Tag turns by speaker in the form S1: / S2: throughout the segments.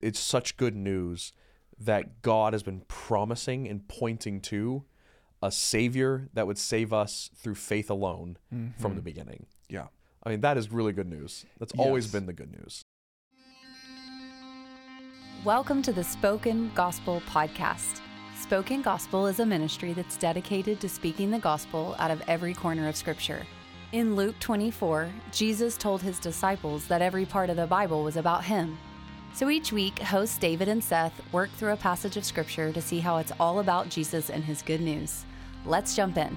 S1: it's such good news that God has been promising and pointing to a savior that would save us through faith alone from
S2: Mm-hmm.
S1: the beginning.
S2: Yeah.
S1: I mean, that is really good news. That's always
S2: Yes.
S1: been the good news.
S3: Welcome to the Spoken Gospel Podcast. Spoken Gospel is a ministry that's dedicated to speaking the gospel out of every corner of Scripture. In Luke 24, Jesus told his disciples that every part of the Bible was about him. So each week, hosts David and Seth work through a passage of Scripture to see how it's all about Jesus and his good news. Let's jump in.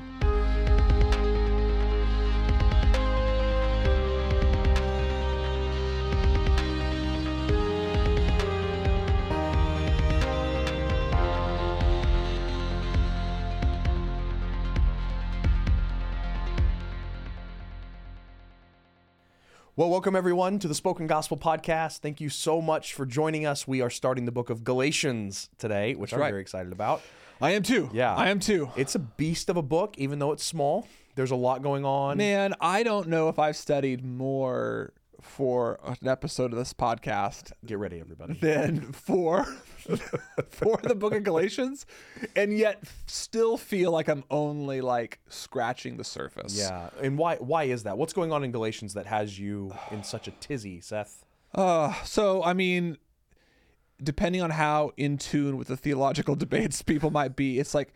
S1: Well, welcome everyone to the Spoken Gospel Podcast. Thank you so much for joining us. We are starting the book of Galatians today, which I'm
S2: right.
S1: very excited about.
S2: I am too.
S1: Yeah.
S2: I am too.
S1: It's a beast of a book, even though it's small. There's a lot going on.
S2: Man, I don't know if I've studied more for an episode of this podcast
S1: Get ready, everybody.
S2: than for for the book of Galatians and yet still feel like I'm only like scratching the surface.
S1: Yeah. And why why is that? What's going on in Galatians that has you in such a tizzy, Seth?
S2: Uh, so I mean depending on how in tune with the theological debates people might be, it's like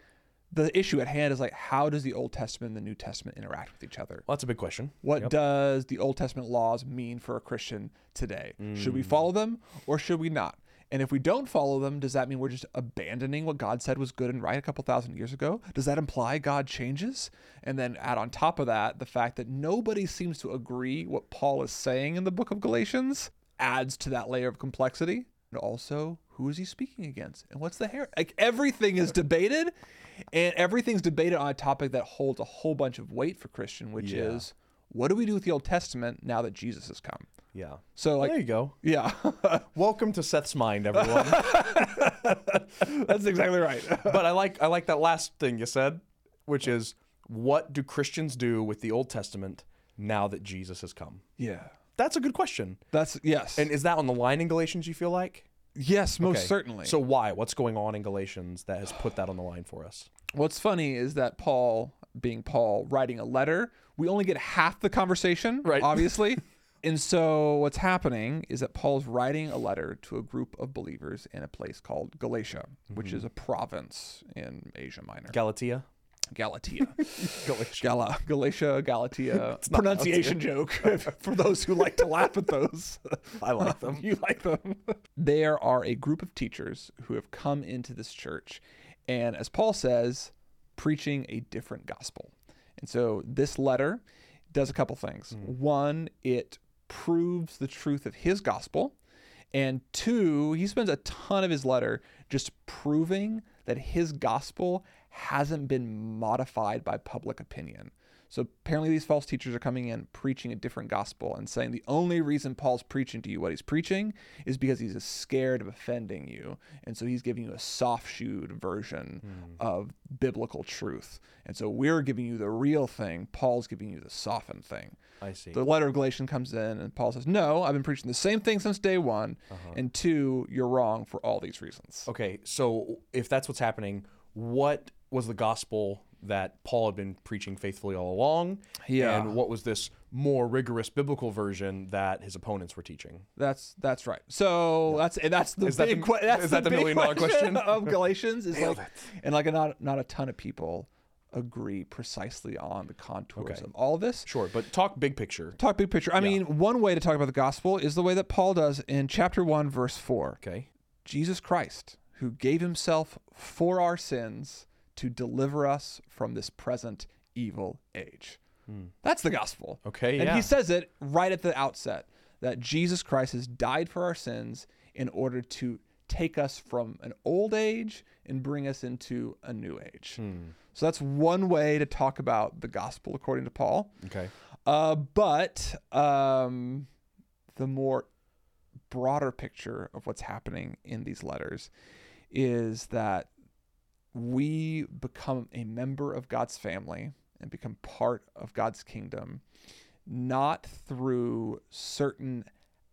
S2: the issue at hand is like how does the Old Testament and the New Testament interact with each other?
S1: Well, that's a big question.
S2: What does the Old Testament laws mean for a Christian today? Should we follow them or should we not? And if we don't follow them, does that mean we're just abandoning what God said was good and right a couple thousand years ago? Does that imply God changes? And then add on top of that the fact that nobody seems to agree what Paul is saying in the book of Galatians adds to that layer of complexity. And also, who is he speaking against? And what's the hair? Like everything is debated, and everything's debated on a topic that holds a whole bunch of weight for Christian, which
S1: Yeah.
S2: is what do we do with the Old Testament now that Jesus has come?
S1: Yeah.
S2: So
S1: there
S2: like
S1: you go.
S2: yeah,
S1: Welcome to Seth's mind, everyone.
S2: that's exactly right.
S1: but I like I like that last thing you said, which is what do Christians do with the Old Testament now that Jesus has come?
S2: yeah.
S1: That's a good question.
S2: That's yes.
S1: And is that on the line in Galatians you feel like?
S2: yes, most
S1: Okay.
S2: Oh, certainly.
S1: So why? What's going on in Galatians that has put that on the line for us?
S2: What's funny is that Paul, being Paul, writing a letter, we only get half the conversation,
S1: Right.
S2: Obviously. and so what's happening is that Paul's writing a letter to a group of believers in a place called Galatia, which is a province in Asia Minor.
S1: Galatia?
S2: Galatia.
S1: Galatia.
S2: Gala, Galatia, Galatia. pronunciation joke for those who like to laugh at those.
S1: I like them.
S2: you like them. there are a group of teachers who have come into this church, and as Paul says, preaching a different gospel. And so this letter does a couple things. One, it proves the truth of his gospel. And two, he spends a ton of his letter just proving that his gospel hasn't been modified by public opinion. So apparently, these false teachers are coming in preaching a different gospel and saying the only reason Paul's preaching to you what he's preaching is because he's scared of offending you. And so he's giving you a soft shoed version
S1: Hmm.
S2: of biblical truth. And so we're giving you the real thing, Paul's giving you the softened thing.
S1: I see.
S2: The letter of Galatians comes in, and Paul says, No, I've been preaching the same thing since day one.
S1: Uh-huh.
S2: And two, you're wrong for all these reasons.
S1: Okay, so if that's what's happening, what was the gospel that Paul had been preaching faithfully all along?
S2: Yeah.
S1: And what was this more rigorous biblical version that his opponents were teaching?
S2: That's that's right. So that's and that's the
S1: Is that
S2: big
S1: the-
S2: que- that's
S1: is that the
S2: big
S1: million dollar question?
S2: of Galatians is like and like not not a ton of people agree precisely on the contours
S1: Okay.
S2: of all this.
S1: Sure, but talk big picture.
S2: Talk big picture. I mean, one way to talk about the gospel is the way that Paul does in chapter 1 verse 4.
S1: Okay.
S2: Jesus Christ, who gave himself for our sins to deliver us from this present evil age. That's the gospel.
S1: Hmm. Okay,
S2: And
S1: yeah.
S2: he says it right at the outset that Jesus Christ has died for our sins in order to take us from an old age and bring us into a new age.
S1: Hmm.
S2: So that's one way to talk about the gospel according to Paul.
S1: Okay.
S2: Uh, but um, the more broader picture of what's happening in these letters is that we become a member of God's family and become part of God's kingdom, not through certain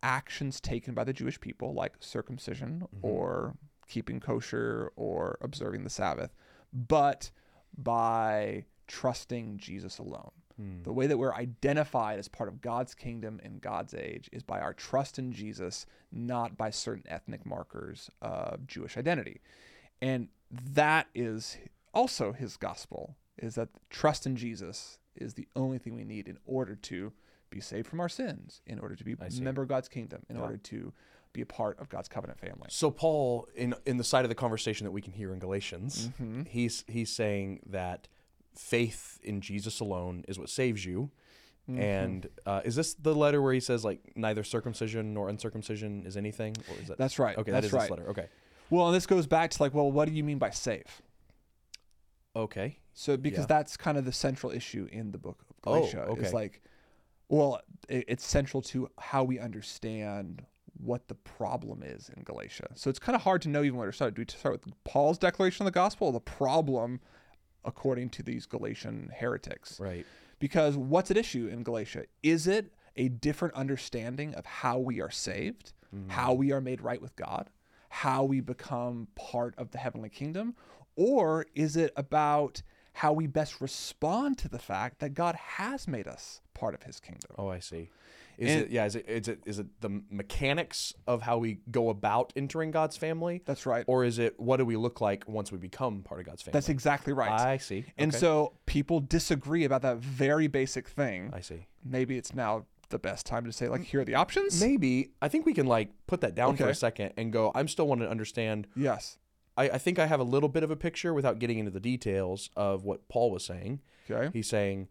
S2: actions taken by the Jewish people, like circumcision or keeping kosher or observing the Sabbath, but by trusting Jesus alone.
S1: Hmm.
S2: The way that we're identified as part of God's kingdom and God's age is by our trust in Jesus, not by certain ethnic markers of Jewish identity. And that is also his gospel is that trust in Jesus is the only thing we need in order to be saved from our sins, in order to be a member of God's kingdom, in order to be a part of God's covenant family.
S1: So Paul, in in the side of the conversation that we can hear in Galatians,
S2: Mm-hmm.
S1: he's he's saying that faith in Jesus alone is what saves you.
S2: Mm-hmm.
S1: And uh, is this the letter where he says like neither circumcision nor uncircumcision is anything? Or is that
S2: That's right.
S1: Okay,
S2: That's
S1: that is
S2: right.
S1: this letter. Okay,
S2: Well, and this goes back to like, well, what do you mean by save?
S1: okay,
S2: So because
S1: Yeah.
S2: that's kind of the central issue in the book of
S1: Oh,
S2: Galatia. It's
S1: okay.
S2: like, well, it, it's central to how we understand what the problem is in Galatia. So it's kind of hard to know even where to start. Do we start with Paul's declaration of the gospel or the problem according to these Galatian heretics?
S1: right.
S2: Because what's at issue in Galatia? Is it a different understanding of how we are saved,
S1: Mm-hmm.
S2: how we are made right with God, how we become part of the heavenly kingdom? Or is it about how we best respond to the fact that God has made us part of his kingdom?
S1: Oh, I see. Is
S2: And-
S1: it yeah? Is it is it is it the mechanics of how we go about entering God's family?
S2: That's right.
S1: Or is it what do we look like once we become part of God's family?
S2: That's exactly right.
S1: I see.
S2: And
S1: Okay.
S2: so people disagree about that very basic thing.
S1: I see.
S2: Maybe it's now the best time to say, like, here are the options.
S1: Maybe I think we can like put that down for
S2: Okay.
S1: a second and go. I'm still wanting to understand.
S2: Yes.
S1: I, I think I have a little bit of a picture without getting into the details of what Paul was saying.
S2: Okay.
S1: He's saying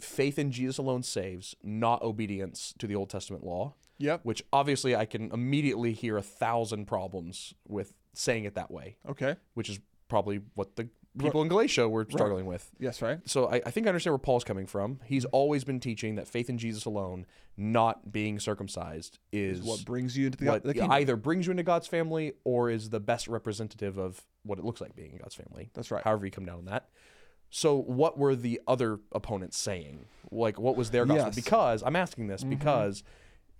S1: faith in Jesus alone saves, not obedience to the Old Testament law.
S2: Yep.
S1: Which obviously I can immediately hear a thousand problems with saying it that way.
S2: Okay.
S1: which is probably what the people in Galatia were struggling with.
S2: Yes, right?
S1: So I, I think I understand where Paul's coming from. He's always been teaching that faith in Jesus alone, not being circumcised, is,
S2: What brings you into the,
S1: what
S2: the kingdom?
S1: either brings you into God's family or is the best representative of what it looks like being in God's family.
S2: That's right.
S1: However you come down on that. So what were the other opponents saying? Like what was their gospel?
S2: Yes. Mm-hmm.
S1: Because I'm asking this because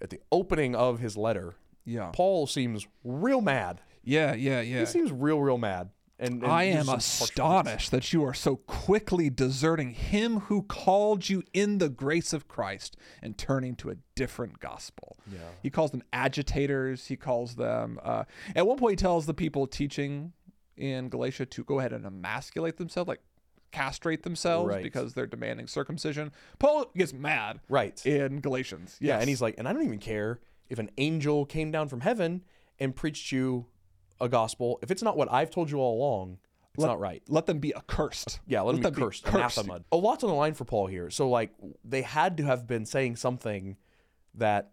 S1: at the opening of his letter,
S2: Yeah.
S1: Paul seems real mad.
S2: Yeah, yeah, yeah.
S1: He seems real, real mad. And, and
S2: I
S1: uses
S2: am
S1: some harsh words.
S2: astonished that you are so quickly deserting him who called you in the grace of Christ and turning to a different gospel. Yeah. He calls them agitators. He calls them, uh, at one point, he tells the people teaching in Galatia to go ahead and emasculate themselves, like castrate themselves
S1: Right.
S2: because they're demanding circumcision. Paul gets mad
S1: Right.
S2: in Galatians.
S1: Yeah,
S2: Yes.
S1: and he's like, and I don't even care if an angel came down from heaven and preached you a gospel. If it's not what I've told you all along, it's not right.
S2: let them be accursed.
S1: Yeah, let, him be cursed. Anathema. A lot's on the line for Paul here. So like, they had to have been saying something that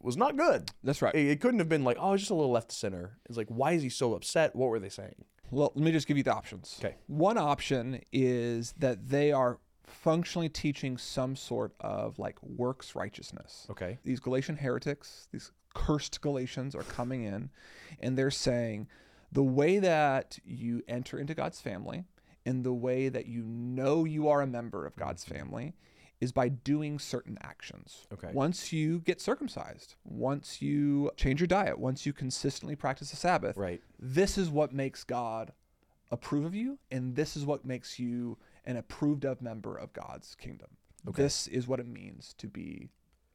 S1: was not good.
S2: That's right.
S1: It, it couldn't have been like, oh, it's just a little left of center. It's like, why is he so upset? What were they saying?
S2: Well, let me just give you the options.
S1: Okay.
S2: One option is that they are functionally teaching some sort of like works righteousness.
S1: Okay.
S2: These Galatian heretics, these cursed Galatians are coming in and they're saying the way that you enter into God's family and the way that you know you are a member of God's family is by doing certain actions.
S1: Mm-hmm. Okay.
S2: Once you get circumcised, once you change your diet, once you consistently practice the Sabbath,
S1: Right.
S2: this is what makes God approve of you, and this is what makes you an approved of member of God's kingdom. This is what it means to be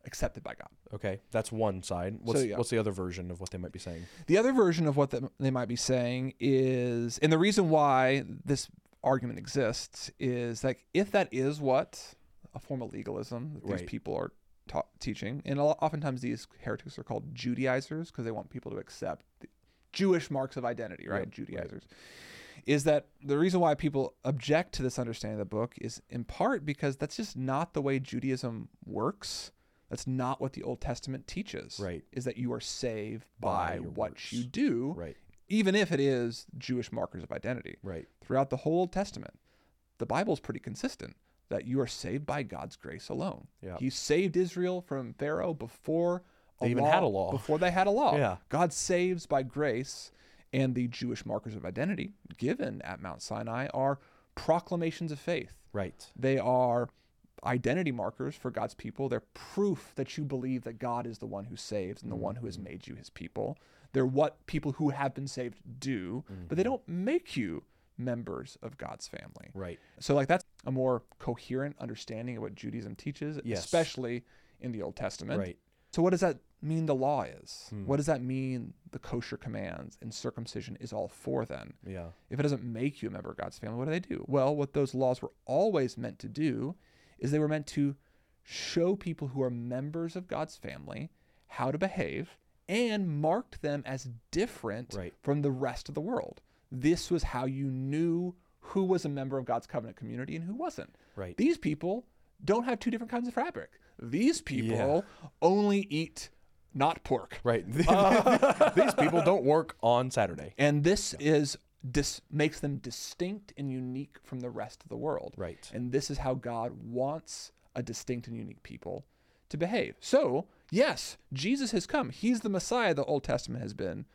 S2: accepted by God.
S1: Okay. That's one side. What's
S2: yeah.
S1: what's the other version of what they might be saying?
S2: The other version of what the, they might be saying is, and the reason why this argument exists is like if that is what a form of legalism that these
S1: Right.
S2: people are ta- teaching, and a lo- oftentimes these heretics are called Judaizers because they want people to accept the Jewish marks of identity, right? Judaizers. Is that the reason why people object to this understanding of the book? Is in part because that's just not the way Judaism works. That's not what the Old Testament teaches
S1: Right.
S2: is that you are saved
S1: By
S2: by,
S1: your
S2: what
S1: works.
S2: you do,
S1: Right.
S2: even if it is Jewish markers of identity.
S1: Right.
S2: Throughout the whole Old Testament, the Bible is pretty consistent that you are saved by God's grace alone.
S1: Yeah.
S2: He saved Israel from Pharaoh before
S1: They even had a law.
S2: Before they had a law.
S1: Yeah.
S2: God saves by grace, and the Jewish markers of identity given at Mount Sinai are proclamations of faith.
S1: Right.
S2: They are identity markers for God's people. They're proof that you believe that God is the one who saves and the one who
S1: Mm-hmm.
S2: has made you his people. They're what people who have been saved do, but
S1: Mm-hmm.
S2: they don't make you members of God's family.
S1: Right.
S2: So, like, that's a more coherent understanding of what Judaism teaches,
S1: Yes.
S2: especially in the Old Testament.
S1: Right. Hmm.
S2: So, what does that mean the law is? What does that mean the kosher commands and circumcision is all for then?
S1: Yeah.
S2: If it doesn't make you a member of God's family, what do they do? Well, what those laws were always meant to do is they were meant to show people who are members of God's family how to behave and marked them as different
S1: Right.
S2: from the rest of the world. This was how you knew who was a member of God's covenant community and who wasn't.
S1: Right.
S2: These people don't have two different kinds of fabric. These people only eat not pork.
S1: Right. These people don't work on Saturday.
S2: And this is dis- makes them distinct and unique from the rest of the world.
S1: Right.
S2: And this is how God wants a distinct and unique people to behave. So, yes, Jesus has come. He's the Messiah the Old Testament has been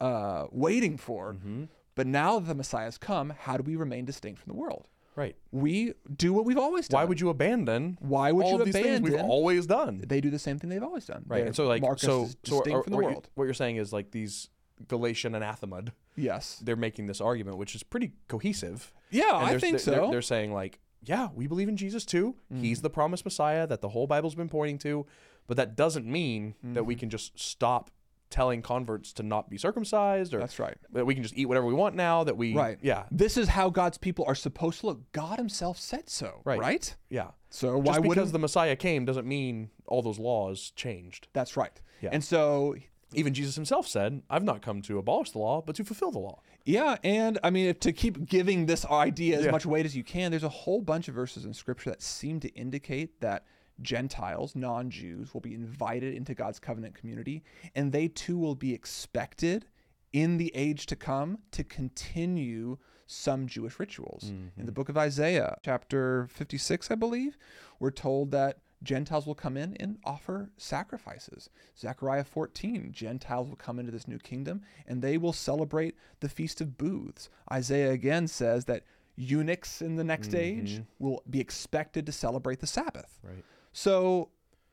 S2: uh, waiting for.
S1: Mm-hmm.
S2: But now that the Messiah has come, how do we remain distinct from the world?
S1: Right.
S2: We do what we've always done.
S1: Why would you abandon?
S2: Why would
S1: all
S2: you
S1: of these things we've
S2: abandon-
S1: always done?
S2: they do the same thing they've always done?
S1: Right.
S2: They
S1: And so like
S2: mark us
S1: so
S2: as
S1: so
S2: distinct
S1: are-
S2: from the
S1: what you-
S2: world.
S1: what you're saying is like these Galatian anathema.
S2: yes.
S1: They're making this argument, which is pretty cohesive.
S2: Yeah,
S1: And
S2: Oh, I
S1: there's-
S2: think
S1: they're- they're-
S2: so. Mm.
S1: They're saying like, yeah, we believe in Jesus too. He's the promised Messiah that the whole Bible's been pointing to, but that doesn't mean that
S2: Mm-hmm.
S1: we can just stop telling converts to not be circumcised or
S2: That's right.
S1: that we can just eat whatever we want now that we
S2: Right.
S1: yeah
S2: This is how God's people are supposed to look. God Himself said so.
S1: Right.
S2: Right.
S1: yeah
S2: So
S1: Just
S2: why
S1: because
S2: wouldn't?
S1: the Messiah came doesn't mean all those laws changed.
S2: That's right.
S1: Yeah.
S2: And so,
S1: Even Jesus himself said, "I've not come to abolish the law, but to fulfill the law."
S2: yeah, and I mean to keep giving this idea as
S1: Yeah.
S2: much weight as you can. There's a whole bunch of verses in Scripture that seem to indicate that Gentiles, non-Jews, will be invited into God's covenant community, and they too will be expected in the age to come to continue some Jewish rituals. In the book of Isaiah, chapter 56, I believe, we're told that Gentiles will come in and offer sacrifices. Zechariah 14, Gentiles will come into this new kingdom and they will celebrate the Feast of Booths. Isaiah again says that eunuchs in the next age will be expected to celebrate the Sabbath.
S1: Right.
S2: So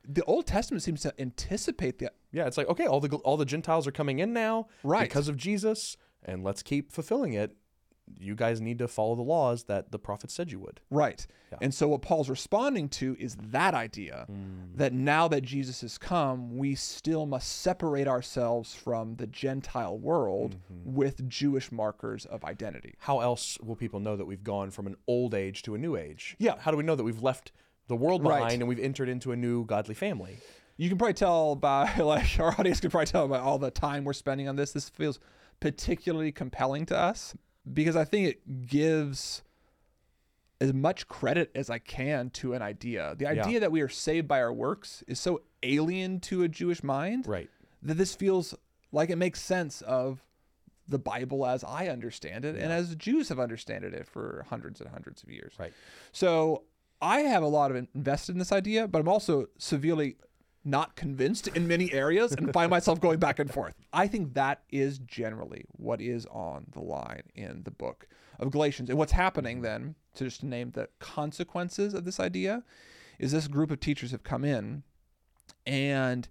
S2: the Old Testament seems to anticipate the
S1: Yeah, it's like okay, all the all the Gentiles are coming in now,
S2: Right.
S1: Because of Jesus, and let's keep fulfilling it. You guys need to follow the laws that the prophets said you would.
S2: Right. And so what Paul's responding to is that idea that now that Jesus has come, we still must separate ourselves from the Gentile world with Jewish markers of identity.
S1: How else will people know that we've gone from an old age to a new age?
S2: Yeah.
S1: How do we know that we've left the world
S2: Right.
S1: behind and we've entered into a new godly family?
S2: You can probably tell by like our audience can probably tell by all the time we're spending on this. This feels particularly compelling to us because I think it gives as much credit as I can to an idea. The idea that we are saved by our works is so alien to a Jewish mind
S1: Right.
S2: that this feels like it makes sense of the Bible as I understand it and as Jews have understood it for hundreds and hundreds of years.
S1: Right.
S2: So I have a lot of invested in this idea, but I'm also severely not convinced in many areas and find myself going back and forth. I think that is generally what is on the line in the book of Galatians. And what's happening then, to just name the consequences of this idea, is this group of teachers have come in and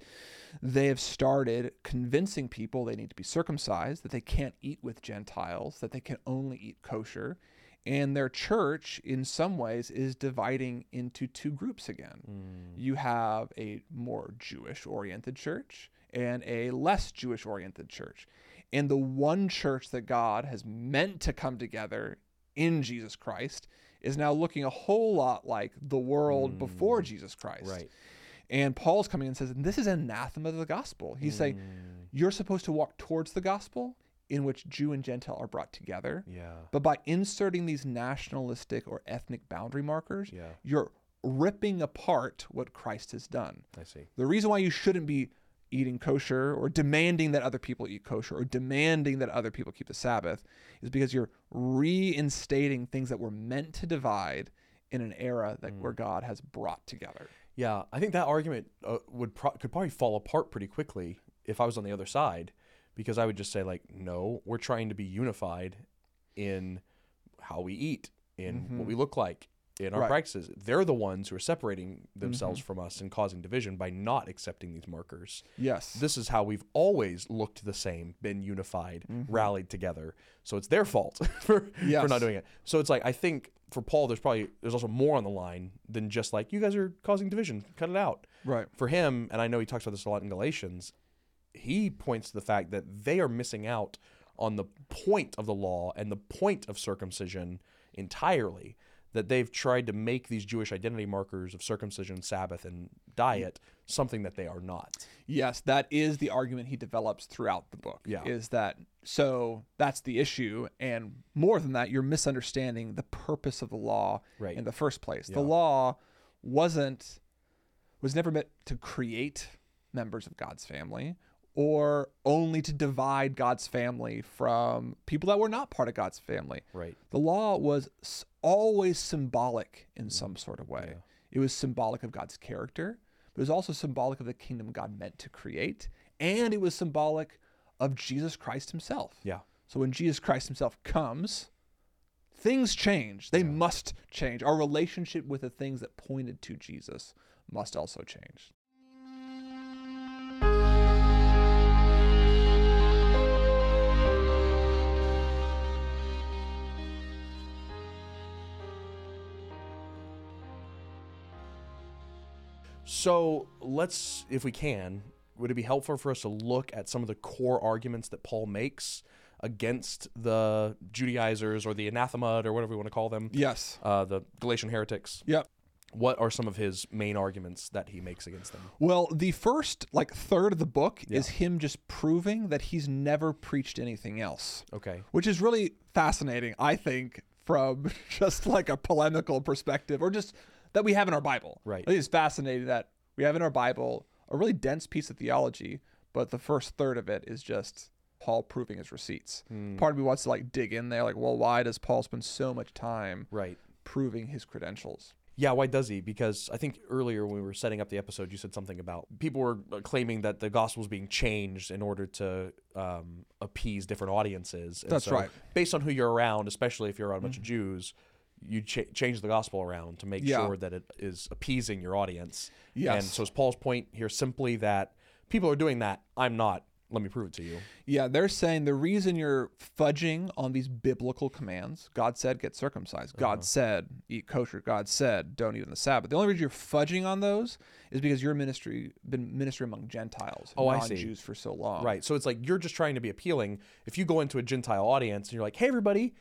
S2: they have started convincing people they need to be circumcised, that they can't eat with Gentiles, that they can only eat kosher. And their church, in some ways, is dividing into two groups again. You have a more Jewish oriented church and a less Jewish oriented church. And the one church that God has meant to come together in Jesus Christ is now looking a whole lot like the world before Jesus Christ.
S1: Right.
S2: And Paul's coming in and says, This is anathema to the gospel. He's saying,
S1: Mm.
S2: You're supposed to walk towards the gospel in which Jew and Gentile are brought together.
S1: Yeah.
S2: But by inserting these nationalistic or ethnic boundary markers,
S1: Yeah.
S2: you're ripping apart what Christ has done.
S1: I see.
S2: The reason why you shouldn't be eating kosher or demanding that other people eat kosher or demanding that other people keep the Sabbath is because you're reinstating things that were meant to divide in an era
S1: Mm.
S2: that where God has brought together.
S1: Yeah, I think that argument uh, would pro- could probably fall apart pretty quickly if I was on the other side, because I would just say like, no, we're trying to be unified in how we eat, in what we look like, in our
S2: Right.
S1: practices. They're the ones who are separating themselves from us and causing division by not accepting these markers.
S2: Yes.
S1: This is how we've always looked the same, been unified, rallied together. So it's their fault for, for
S2: Mm-hmm. Yes.
S1: not doing it. So it's like I think for Paul, there's probably there's also more on the line than just like you guys are causing division. Cut it out.
S2: right.
S1: For him, and I know he talks about this a lot in Galatians, he points to the fact that they are missing out on the point of the law and the point of circumcision entirely. That they've tried to make these Jewish identity markers of circumcision, Sabbath, and diet
S2: Mm.
S1: something that they are not.
S2: Yes, that is the argument he develops throughout the book.
S1: Yeah.
S2: Is that so that's the issue. And more than that, you're misunderstanding the purpose of the law
S1: Right.
S2: in the first place. The
S1: Yeah.
S2: law wasn't was never meant to create members of God's family or only to divide God's family from people that were not part of God's family.
S1: Right.
S2: The law was s- always symbolic
S1: Mm.
S2: in some sort of way. It was symbolic of God's character, but it was also symbolic of the kingdom God meant to create, and it was symbolic of Jesus Christ himself.
S1: Yeah.
S2: So when Jesus Christ himself comes, things change. They must change. Our relationship with the things that pointed to Jesus must also change.
S1: So let's, if we can, would it be helpful for us to look at some of the core arguments that Paul makes against the Judaizers or the anathema or whatever we want to call them,
S2: Yes.
S1: uh, the Galatian heretics?
S2: Yep.
S1: What are some of his main arguments that he makes against them?
S2: Well, the first like third of the book
S1: Yeah.
S2: is him just proving that he's never preached anything else.
S1: Okay.
S2: which is really fascinating, I think, from just like a polemical perspective or just that we have in our Bible.
S1: Right.
S2: I think it's fascinating that we have in our Bible a really dense piece of theology, but the first third of it is just Paul proving his receipts.
S1: Hmm.
S2: Part of me wants to like dig in there, like, well, why does Paul spend so much time
S1: Right.
S2: proving his credentials?
S1: Yeah, why does he? Because I think earlier when we were setting up the episode, you said something about people were uh, claiming that the gospel was being changed in order to um, appease different audiences. And
S2: That's
S1: so
S2: right. Mm-hmm.
S1: Based on who you're around, especially if you're around a bunch of Jews, you ch- change the gospel around to make
S2: Yeah.
S1: sure that it is appeasing your audience. And
S2: Yes.
S1: so is Paul's point here simply that people are doing that. I'm not. Let me prove it to you.
S2: Yeah, they're saying the reason you're fudging on these biblical commands, God said get circumcised,
S1: Uh-huh.
S2: God said eat kosher, God said don't eat on the Sabbath. The only reason you're fudging on those is because your ministry been ministry among Gentiles,
S1: Oh, I see.
S2: non-Jews for so long.
S1: Right. So it's like you're just trying to be appealing. If you go into a Gentile audience and you're like, hey, everybody,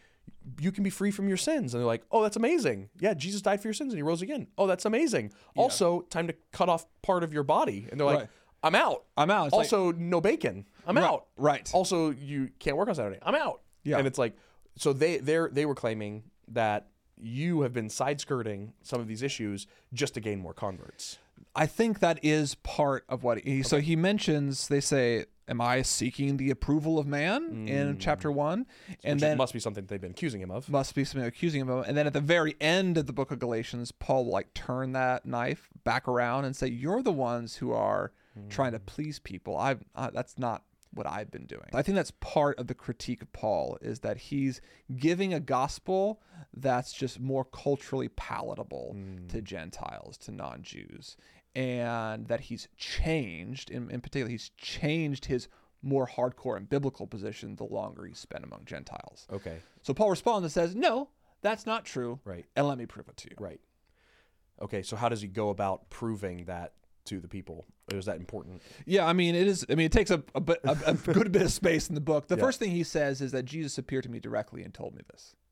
S1: you can be free from your sins. And they're like, oh, that's amazing. Yeah, Jesus died for your sins and he rose again. Oh, that's amazing. Also, time to cut off part of your body. And they're like,
S2: Right.
S1: I'm out.
S2: I'm out. It's like-
S1: also, no bacon. I'm
S2: Right,
S1: out.
S2: right.
S1: Also, you can't work on Saturday. I'm out.
S2: Yeah.
S1: And it's like, so they they they were claiming that you have been side skirting some of these issues just to gain more converts.
S2: I think that is part of what he so he mentions they say am I seeking the approval of man
S1: Mm.
S2: in chapter 1 and
S1: Which
S2: then
S1: must be something they've been accusing him of.
S2: must be something accusing him of. And then at the very end of the book of Galatians, Paul will like turn that knife back around and say, "You're the ones who are trying to please people. I uh, that's not what I've been doing." I think that's part of the critique of Paul is that he's giving a gospel that's just more culturally palatable to Gentiles, to non-Jews, and that he's changed. In, in particular, he's changed his more hardcore and biblical position the longer he's spent among Gentiles.
S1: Okay.
S2: So Paul responds and says, No, that's not true.
S1: Right.
S2: And let me prove it to you.
S1: Right. Okay, so how does he go about proving that to the people? Is that important?
S2: Yeah, I mean, it is. I mean, it takes a, a, bit- a, a good bit of space in the book. The first thing he says is that Jesus appeared to me directly and told me this.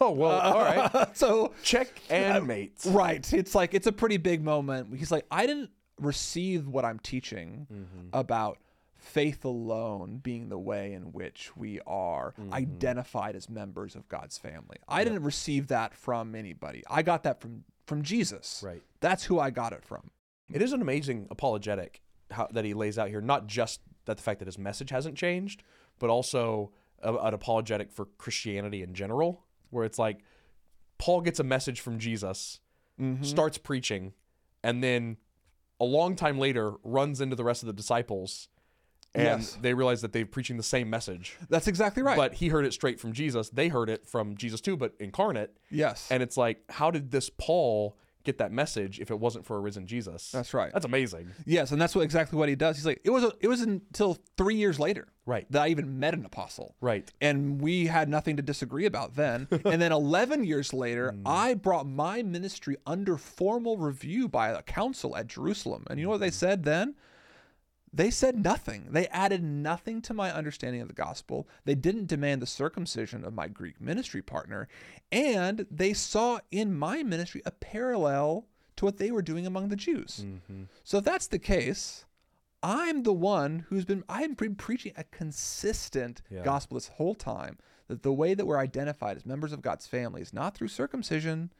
S1: Oh well, all right.
S2: so,
S1: Check and mate.
S2: right. It's like, it's a pretty big moment. He's like, I didn't receive what I'm teaching
S1: Mm-hmm.
S2: about faith alone being the way in which we are
S1: Mm-hmm.
S2: identified as members of God's family. I didn't receive that from anybody. I got that from from Jesus.
S1: Right.
S2: That's who I got it from.
S1: It is an amazing apologetic how, that he lays out here. Not just that the fact that his message hasn't changed, but also a, an apologetic for Christianity in general, where it's like Paul gets a message from Jesus, starts preaching, and then a long time later runs into the rest of the disciples and
S2: Yes.
S1: they realized that they're preaching the same message.
S2: That's exactly right.
S1: But he heard it straight from Jesus. They heard it from Jesus too, but incarnate.
S2: yes.
S1: And it's like, how did this Paul get that message if it wasn't for a risen Jesus?
S2: That's right.
S1: That's amazing.
S2: Yes, and that's what exactly what he does. He's like, it was it was until three years later,
S1: Right.
S2: that I even met an apostle,
S1: Right.
S2: and we had nothing to disagree about then. and then eleven years later,
S1: Hmm.
S2: I brought my ministry under formal review by a council at Jerusalem, and you know what
S1: Hmm.
S2: they said then? They said nothing. They added nothing to my understanding of the gospel. They didn't demand the circumcision of my Greek ministry partner. And they saw in my ministry a parallel to what they were doing among the Jews.
S1: Hmm.
S2: So if that's the case, I'm the one who's been I've been preaching a consistent
S1: Yeah.
S2: gospel this whole time that the way that we're identified as members of God's family is not through circumcision,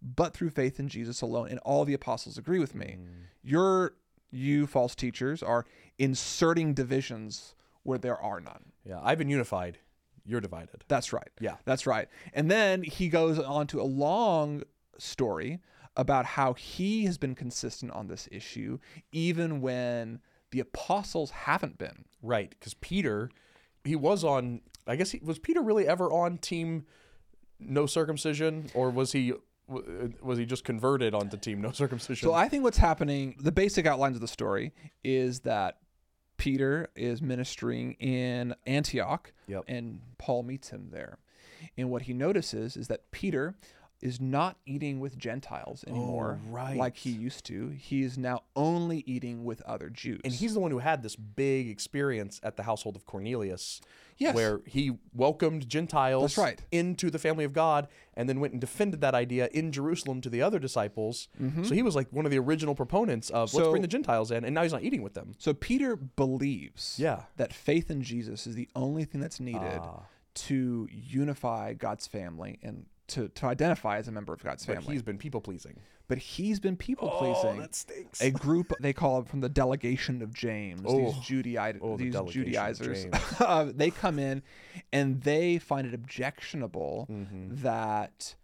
S2: but through faith in Jesus alone. And all the apostles agree with me. Your you false teachers are inserting divisions where there are none.
S1: Yeah. I've been unified. You're divided.
S2: That's right.
S1: Yeah.
S2: That's right. And then he goes on to a long story about how he has been consistent on this issue, even when the apostles haven't been.
S1: Right. Because Peter, he was on, I guess, he, was Peter really ever on team no circumcision or was he? w- uh, Was he just converted onto team no circumcision?
S2: So I think what's happening, the basic outlines of the story is that Peter is ministering in Antioch
S1: Yep.
S2: and Paul meets him there. And what he notices is that Peter is not eating with Gentiles anymore
S1: Oh, right.
S2: like he used to. He is now only eating with other Jews.
S1: and he's the one who had this big experience at the household of Cornelius,
S2: Yes.
S1: where he welcomed Gentiles
S2: That's right.
S1: into the family of God, and then went and defended that idea in Jerusalem to the other disciples. So he was like one of the original proponents of let's
S2: Mm-hmm. So-
S1: bring the Gentiles in, and now he's not eating with them.
S2: So Peter believes
S1: Yeah. Ah.
S2: that faith in Jesus is the only thing that's needed to unify God's family and to, to identify as a member of God's
S1: But
S2: family. Oh,
S1: he's Oh, been people pleasing.
S2: But he's been people pleasing.
S1: stinks.
S2: a group they call it from the delegation of James.
S1: Oh.
S2: These Judaite,
S1: Oh, the
S2: these
S1: delegation of
S2: Judaizers,
S1: James.
S2: uh, they come in and they find it objectionable
S1: Mm-hmm.
S2: that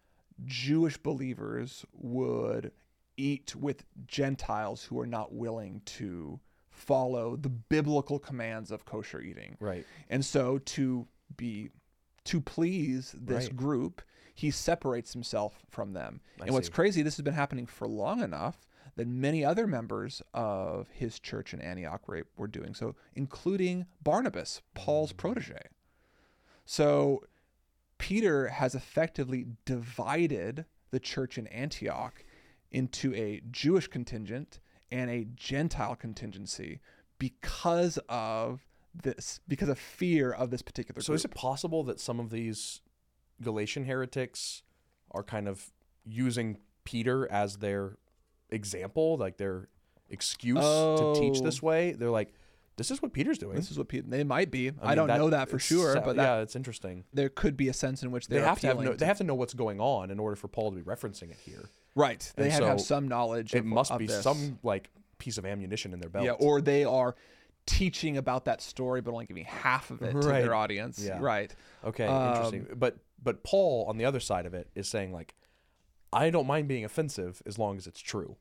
S2: Jewish believers would eat with Gentiles who are not willing to follow the biblical commands of kosher eating.
S1: Right.
S2: And so to be to please this
S1: Right.
S2: group, he separates himself from them. and what's
S1: see.
S2: crazy, this has been happening for long enough that many other members of his church in Antioch were, were doing so, including Barnabas,
S1: Mm.
S2: Paul's protege. So Peter has effectively divided the church in Antioch into a Jewish contingent and a Gentile contingency because of this, because of fear of this particular
S1: So
S2: group.
S1: is it possible that some of these Galatian heretics are kind of using Peter as their example, like their excuse to teach
S2: Oh.
S1: this way? They're like, this is what Peter's doing.
S2: this is what Peter, they might be. I,
S1: mean,
S2: don't know that for
S1: it's
S2: sure,
S1: sa-
S2: but that,
S1: yeah, it's interesting.
S2: there could be a sense in which
S1: They
S2: they're
S1: have to have
S2: appealing
S1: no, they have to know what's going on in order for Paul to be referencing it here.
S2: right. They
S1: and
S2: have to have
S1: so
S2: some knowledge.
S1: It
S2: of-
S1: must
S2: of
S1: be
S2: this.
S1: some like piece of ammunition in their belt.
S2: Yeah, or they are teaching about that story, but only giving half of it to
S1: Right.
S2: their audience.
S1: Yeah.
S2: Right.
S1: Okay,
S2: Um,
S1: interesting. But but Paul on the other side of it is saying like, I don't mind being offensive as long as it's true.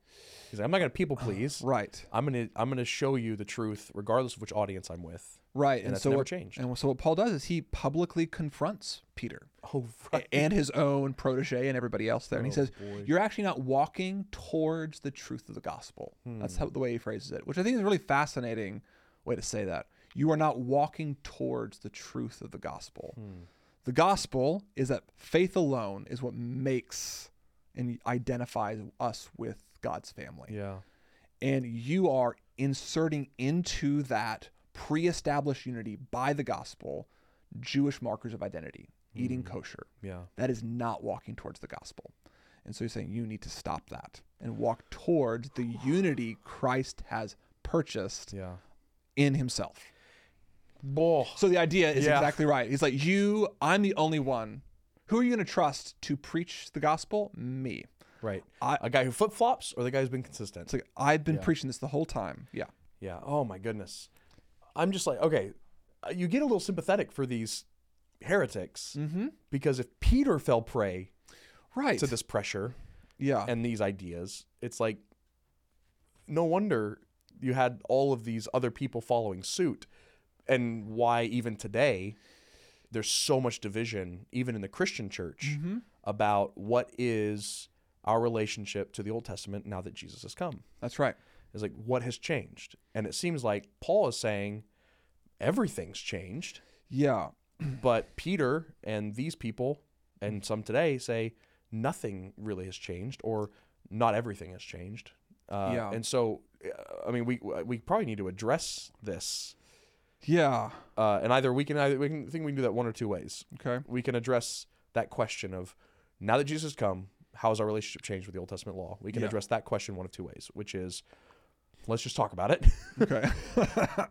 S1: He's like, I'm not gonna people please.
S2: Right.
S1: I'm gonna I'm gonna show you the truth regardless of which audience I'm with.
S2: Right. And,
S1: that's
S2: so
S1: never
S2: what,
S1: changed.
S2: And so what Paul does is he publicly confronts Peter
S1: Oh right. Oh,
S2: and his own protege and everybody else there, and he says, "You're actually not walking towards the truth of the gospel." That's
S1: Hmm.
S2: how the way he phrases it, which I think is a really fascinating way to say that. You are not walking towards the truth of the gospel.
S1: Hmm.
S2: The gospel is that faith alone is what makes and identifies us with God's family
S1: yeah.
S2: and you are inserting into that pre-established unity by the gospel Jewish markers of identity, eating
S1: Hmm.
S2: kosher.
S1: Yeah.
S2: That is not walking towards the gospel. And so he's saying you need to stop that and walk towards the unity Christ has purchased
S1: Yeah.
S2: in himself.
S1: Boah.
S2: So the idea is
S1: Yeah.
S2: exactly right. He's like, You, I'm the only one. Who are you going to trust to preach the gospel? Me.
S1: Right.
S2: I-
S1: a guy who flip flops or the guy who's been consistent.
S2: It's like, I've been preaching this the whole time. Yeah.
S1: Yeah. Oh my goodness. I'm just like, okay, uh, you get a little sympathetic for these heretics because if Peter fell prey
S2: Mm-hmm. Right.
S1: to this pressure
S2: yeah.
S1: and these ideas, it's like, no wonder you had all of these other people following suit and why even today there's so much division even in the Christian church about what is our relationship to the Old Testament now that Jesus has come.
S2: That's right.
S1: It's like what has changed? And it seems like Paul is saying everything's changed,
S2: Yeah.
S1: but Peter and these people and some today say nothing really has changed or not everything has changed. Uh,
S2: Yeah.
S1: And so, uh, I mean, we we probably need to address this,
S2: Yeah.
S1: uh, and either we can either we can I think we can do that one or two ways.
S2: Okay.
S1: We can address that question of now that Jesus has come, how has our relationship changed with the Old Testament law? We can
S2: Yeah.
S1: address that question one of two ways, which is let's just talk about it,
S2: Okay.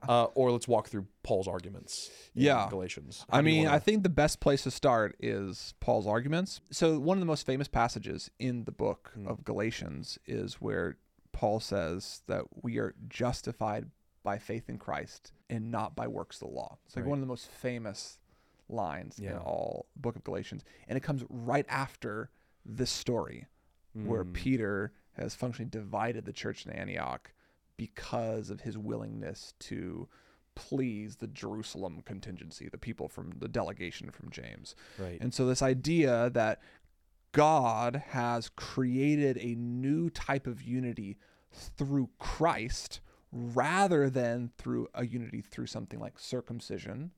S1: uh, or let's walk through Paul's arguments. in
S2: Yeah.
S1: Galatians. How
S2: I
S1: do you
S2: mean,
S1: wanna-
S2: I think the best place to start is Paul's arguments. So, one of the most famous passages in the book
S1: Hmm.
S2: of Galatians is where Paul says that we are justified by faith in Christ and not by works of the law. It's like
S1: Right.
S2: one of the most famous lines in
S1: Yeah.
S2: all book of Galatians, and it comes right after this story where Peter has functionally divided the church in Antioch because of his willingness to please the Jerusalem contingency, the people from the delegation from James.
S1: right.
S2: And so, this idea that God has created a new type of unity through Christ rather than through a unity through something like circumcision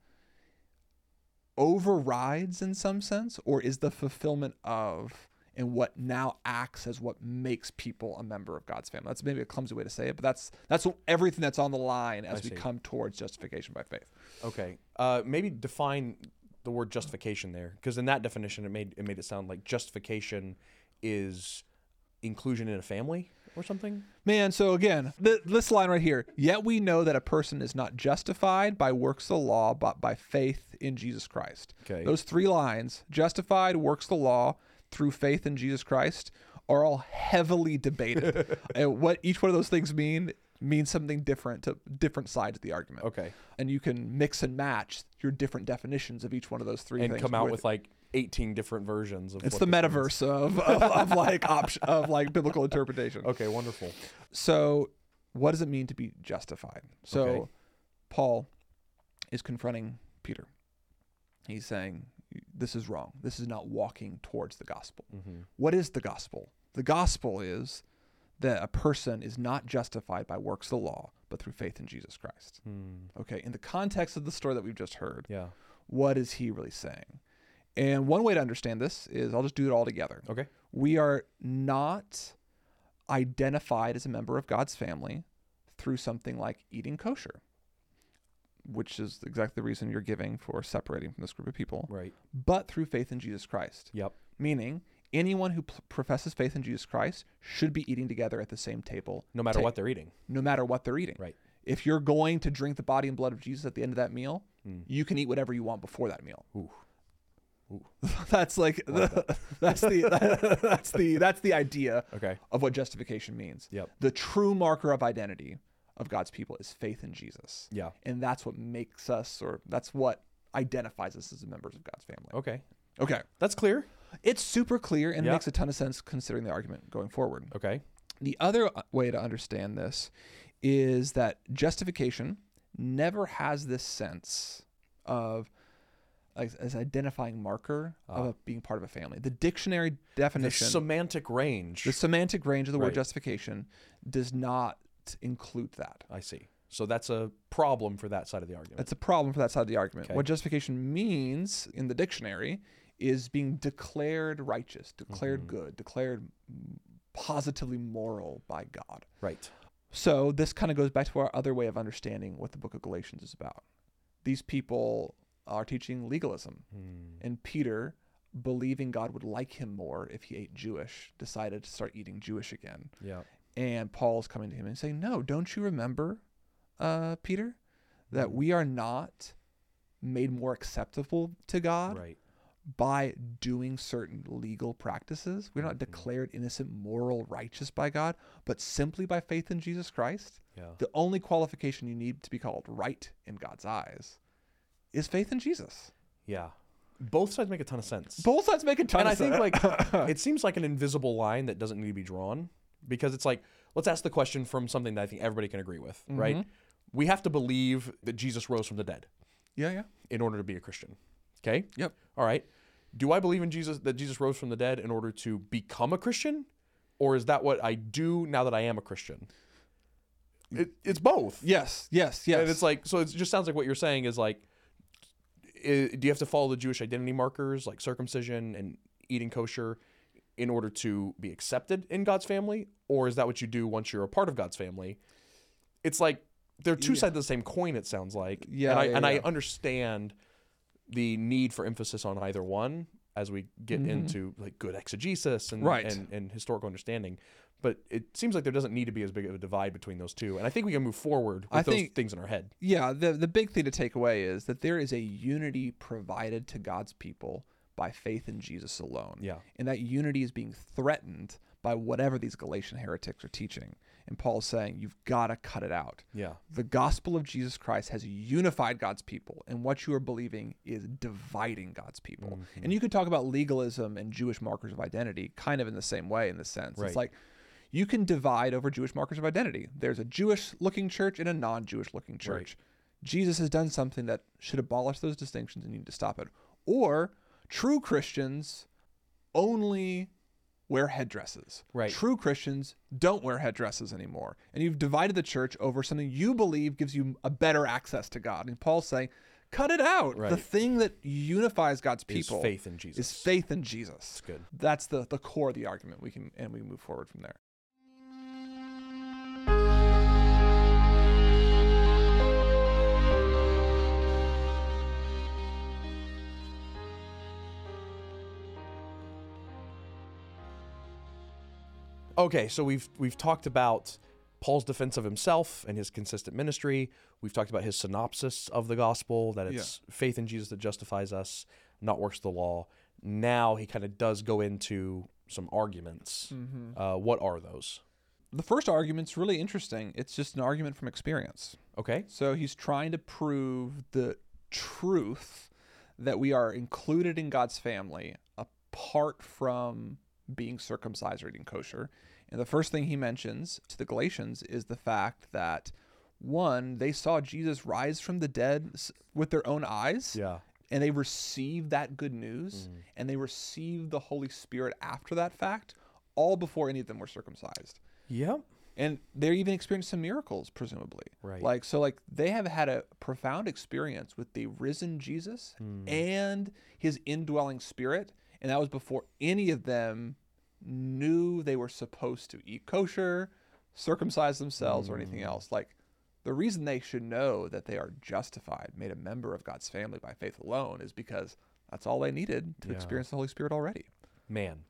S2: overrides in some sense or is the fulfillment of and what now acts as what makes people a member of God's family. That's maybe a clumsy way to say it, but that's that's everything that's on the line as
S1: I
S2: we
S1: see.
S2: come towards justification by faith.
S1: Okay. Uh, maybe define the word justification there, because in that definition, it made it made it sound like justification is inclusion in a family or something.
S2: Man, so again, th- this line right here. Yet we know that a person is not justified by works of the law, but by faith in Jesus Christ.
S1: Okay.
S2: Those three lines, justified, works of the law, through faith in Jesus Christ, are all heavily debated. and what each one of those things mean means something different to different sides of the argument.
S1: Okay.
S2: And you can mix and match your different definitions of each one of those three
S1: And
S2: things
S1: come out with, like 18 different versions of
S2: it's
S1: what
S2: the
S1: this means.
S2: metaverse of, of, of like option of like biblical interpretation.
S1: Okay, wonderful.
S2: So, what does it mean to be justified? So,
S1: Okay.
S2: Paul is confronting Peter. He's saying, This is wrong. This is not walking towards the gospel.
S1: Mm-hmm.
S2: What is the gospel? The gospel is that a person is not justified by works of the law, but through faith in Jesus Christ. Okay, in the context of the story that we've just heard,
S1: Hmm, Yeah.
S2: what is he really saying? And one way to understand this is I'll just do it all together
S1: Okay.
S2: we are not identified as a member of God's family through something like eating kosher, which is exactly the reason you're giving for separating from this group of people,
S1: Right.
S2: but through faith in Jesus Christ.
S1: Yep.
S2: Meaning, anyone who p- professes faith in Jesus Christ should be eating together at the same table,
S1: No matter
S2: ta-
S1: what they're eating.
S2: no matter what they're eating.
S1: Right.
S2: If you're going to drink the body and blood of Jesus at the end of that meal,
S1: Mm.
S2: you can eat whatever you want before that meal.
S1: Ooh.
S2: that's like, that's the that's the that's the idea
S1: Okay.
S2: of what justification means.
S1: Yep.
S2: The true marker of identity of God's people is faith in Jesus.
S1: Yeah.
S2: And that's what makes us or that's what identifies us as members of God's family.
S1: Okay.
S2: Okay.
S1: That's clear.
S2: It's super clear and it
S1: Yeah.
S2: makes a ton of sense considering the argument going forward.
S1: Okay.
S2: The other uh, way to understand this is that justification never has this sense of like as identifying marker of a- being part of a family. The dictionary
S1: Ah. The
S2: definition
S1: semantic range.
S2: the semantic range of the
S1: Right.
S2: word justification does not include that.
S1: I see. So that's a problem for that side of the argument.
S2: That's a problem for that side of the argument.
S1: Okay.
S2: What justification means in the dictionary is being declared righteous, declared
S1: Mm-hmm.
S2: good, declared positively moral by God.
S1: Right.
S2: So this kind of goes back to our other way of understanding what the book of Galatians is about. These people are teaching legalism.
S1: Hmm.
S2: And Peter, believing God would like him more if he ate Jewish, decided to start eating Jewish again.
S1: Yeah.
S2: And Paul's coming to him and saying, No, don't you remember, uh, Peter,
S1: Mm.
S2: that we are not made more acceptable to God
S1: Right.
S2: by doing certain legal practices? We're not
S1: Mm-hmm.
S2: declared innocent, moral, righteous by God, but simply by faith in Jesus Christ.
S1: Yeah.
S2: The only qualification you need to be called right in God's eyes is faith in Jesus.
S1: Yeah. Both sides make a ton of sense.
S2: Both sides make a ton
S1: and I
S2: of
S1: think
S2: sense.
S1: like it seems like an invisible line that Mm-hmm. doesn't need to be drawn because it's like let's ask the question from something that I think everybody can agree with, right? We have to believe that Jesus rose from the dead
S2: Yeah, yeah.
S1: in order to be a Christian. Okay?
S2: Yep.
S1: All right. Do I believe in Jesus that Jesus rose from the dead in order to become a Christian? Or is that what I do now that I am a Christian? It, it's both.
S2: Yes, yes, yes.
S1: And it's like, so it just sounds like what you're saying is like, i do you have to follow the Jewish identity markers like circumcision and eating kosher in order to be accepted in God's family? Or is that what you do once you're a part of God's family? It's like they're two sides of the same coin, it sounds like.
S2: Yeah,
S1: And I,
S2: yeah,
S1: and I
S2: yeah.
S1: understand the need for emphasis on either one as we get into like good exegesis and,
S2: Mm-hmm. Right.
S1: and and historical understanding. But it seems like there doesn't need to be as big of a divide between those two. And I think we can move forward with
S2: I
S1: those
S2: think-
S1: things in our head.
S2: yeah, the the big thing to take away is that there is a unity provided to God's people by faith in Jesus alone.
S1: Yeah.
S2: And that unity is being threatened by whatever these Galatian heretics are teaching. And Paul's saying you've got to cut it out.
S1: Yeah.
S2: The gospel of Jesus Christ has unified God's people, and what you are believing is dividing God's people. And you could talk about legalism and Jewish markers of identity kind of in the same way, in the sense.
S1: Right.
S2: It's like you can divide over Jewish markers of identity. There's a Jewish looking church and a non Jewish looking church. Jesus has done something that should abolish those distinctions, and you need to stop it. Or true Christians only wear headdresses.
S1: Right.
S2: True Christians don't wear headdresses anymore. And you've divided the church over something you believe gives you a better access to God. And Paul's saying, cut it out. The
S1: Right.
S2: thing that unifies God's people
S1: faith in
S2: Is
S1: Jesus.
S2: faith in Jesus. That's
S1: good.
S2: That's the, the core of the argument. We can and we move forward from there.
S1: Okay, so we've we've talked about Paul's defense of himself and his consistent ministry. We've talked about his synopsis of the gospel that it's faith in Jesus that justifies us, not works of the law. Now he kind of does go into some arguments. Uh, what are those?
S2: The first argument's really interesting. It's just an argument from experience.
S1: Okay.
S2: So he's trying to prove the truth that we are included in God's family apart from being circumcised or eating kosher. And the first thing he mentions to the Galatians is the fact that one, they saw Jesus rise from the dead s- with their own eyes
S1: Yeah.
S2: and they received that good news and they received the Holy Spirit after that fact, all before any of them were circumcised
S1: Yep.
S2: and they're even experiencing some miracles presumably
S1: Right.
S2: like so like they have had a profound experience with the risen jesus
S1: Hmm.
S2: and his indwelling spirit and that was before any of them knew they were supposed to eat kosher circumcise themselves or
S1: Hmm.
S2: anything else like the reason they should know that they are justified made a member of god's family by faith alone is because that's all they needed to
S1: Yeah.
S2: experience the holy spirit already
S1: Man,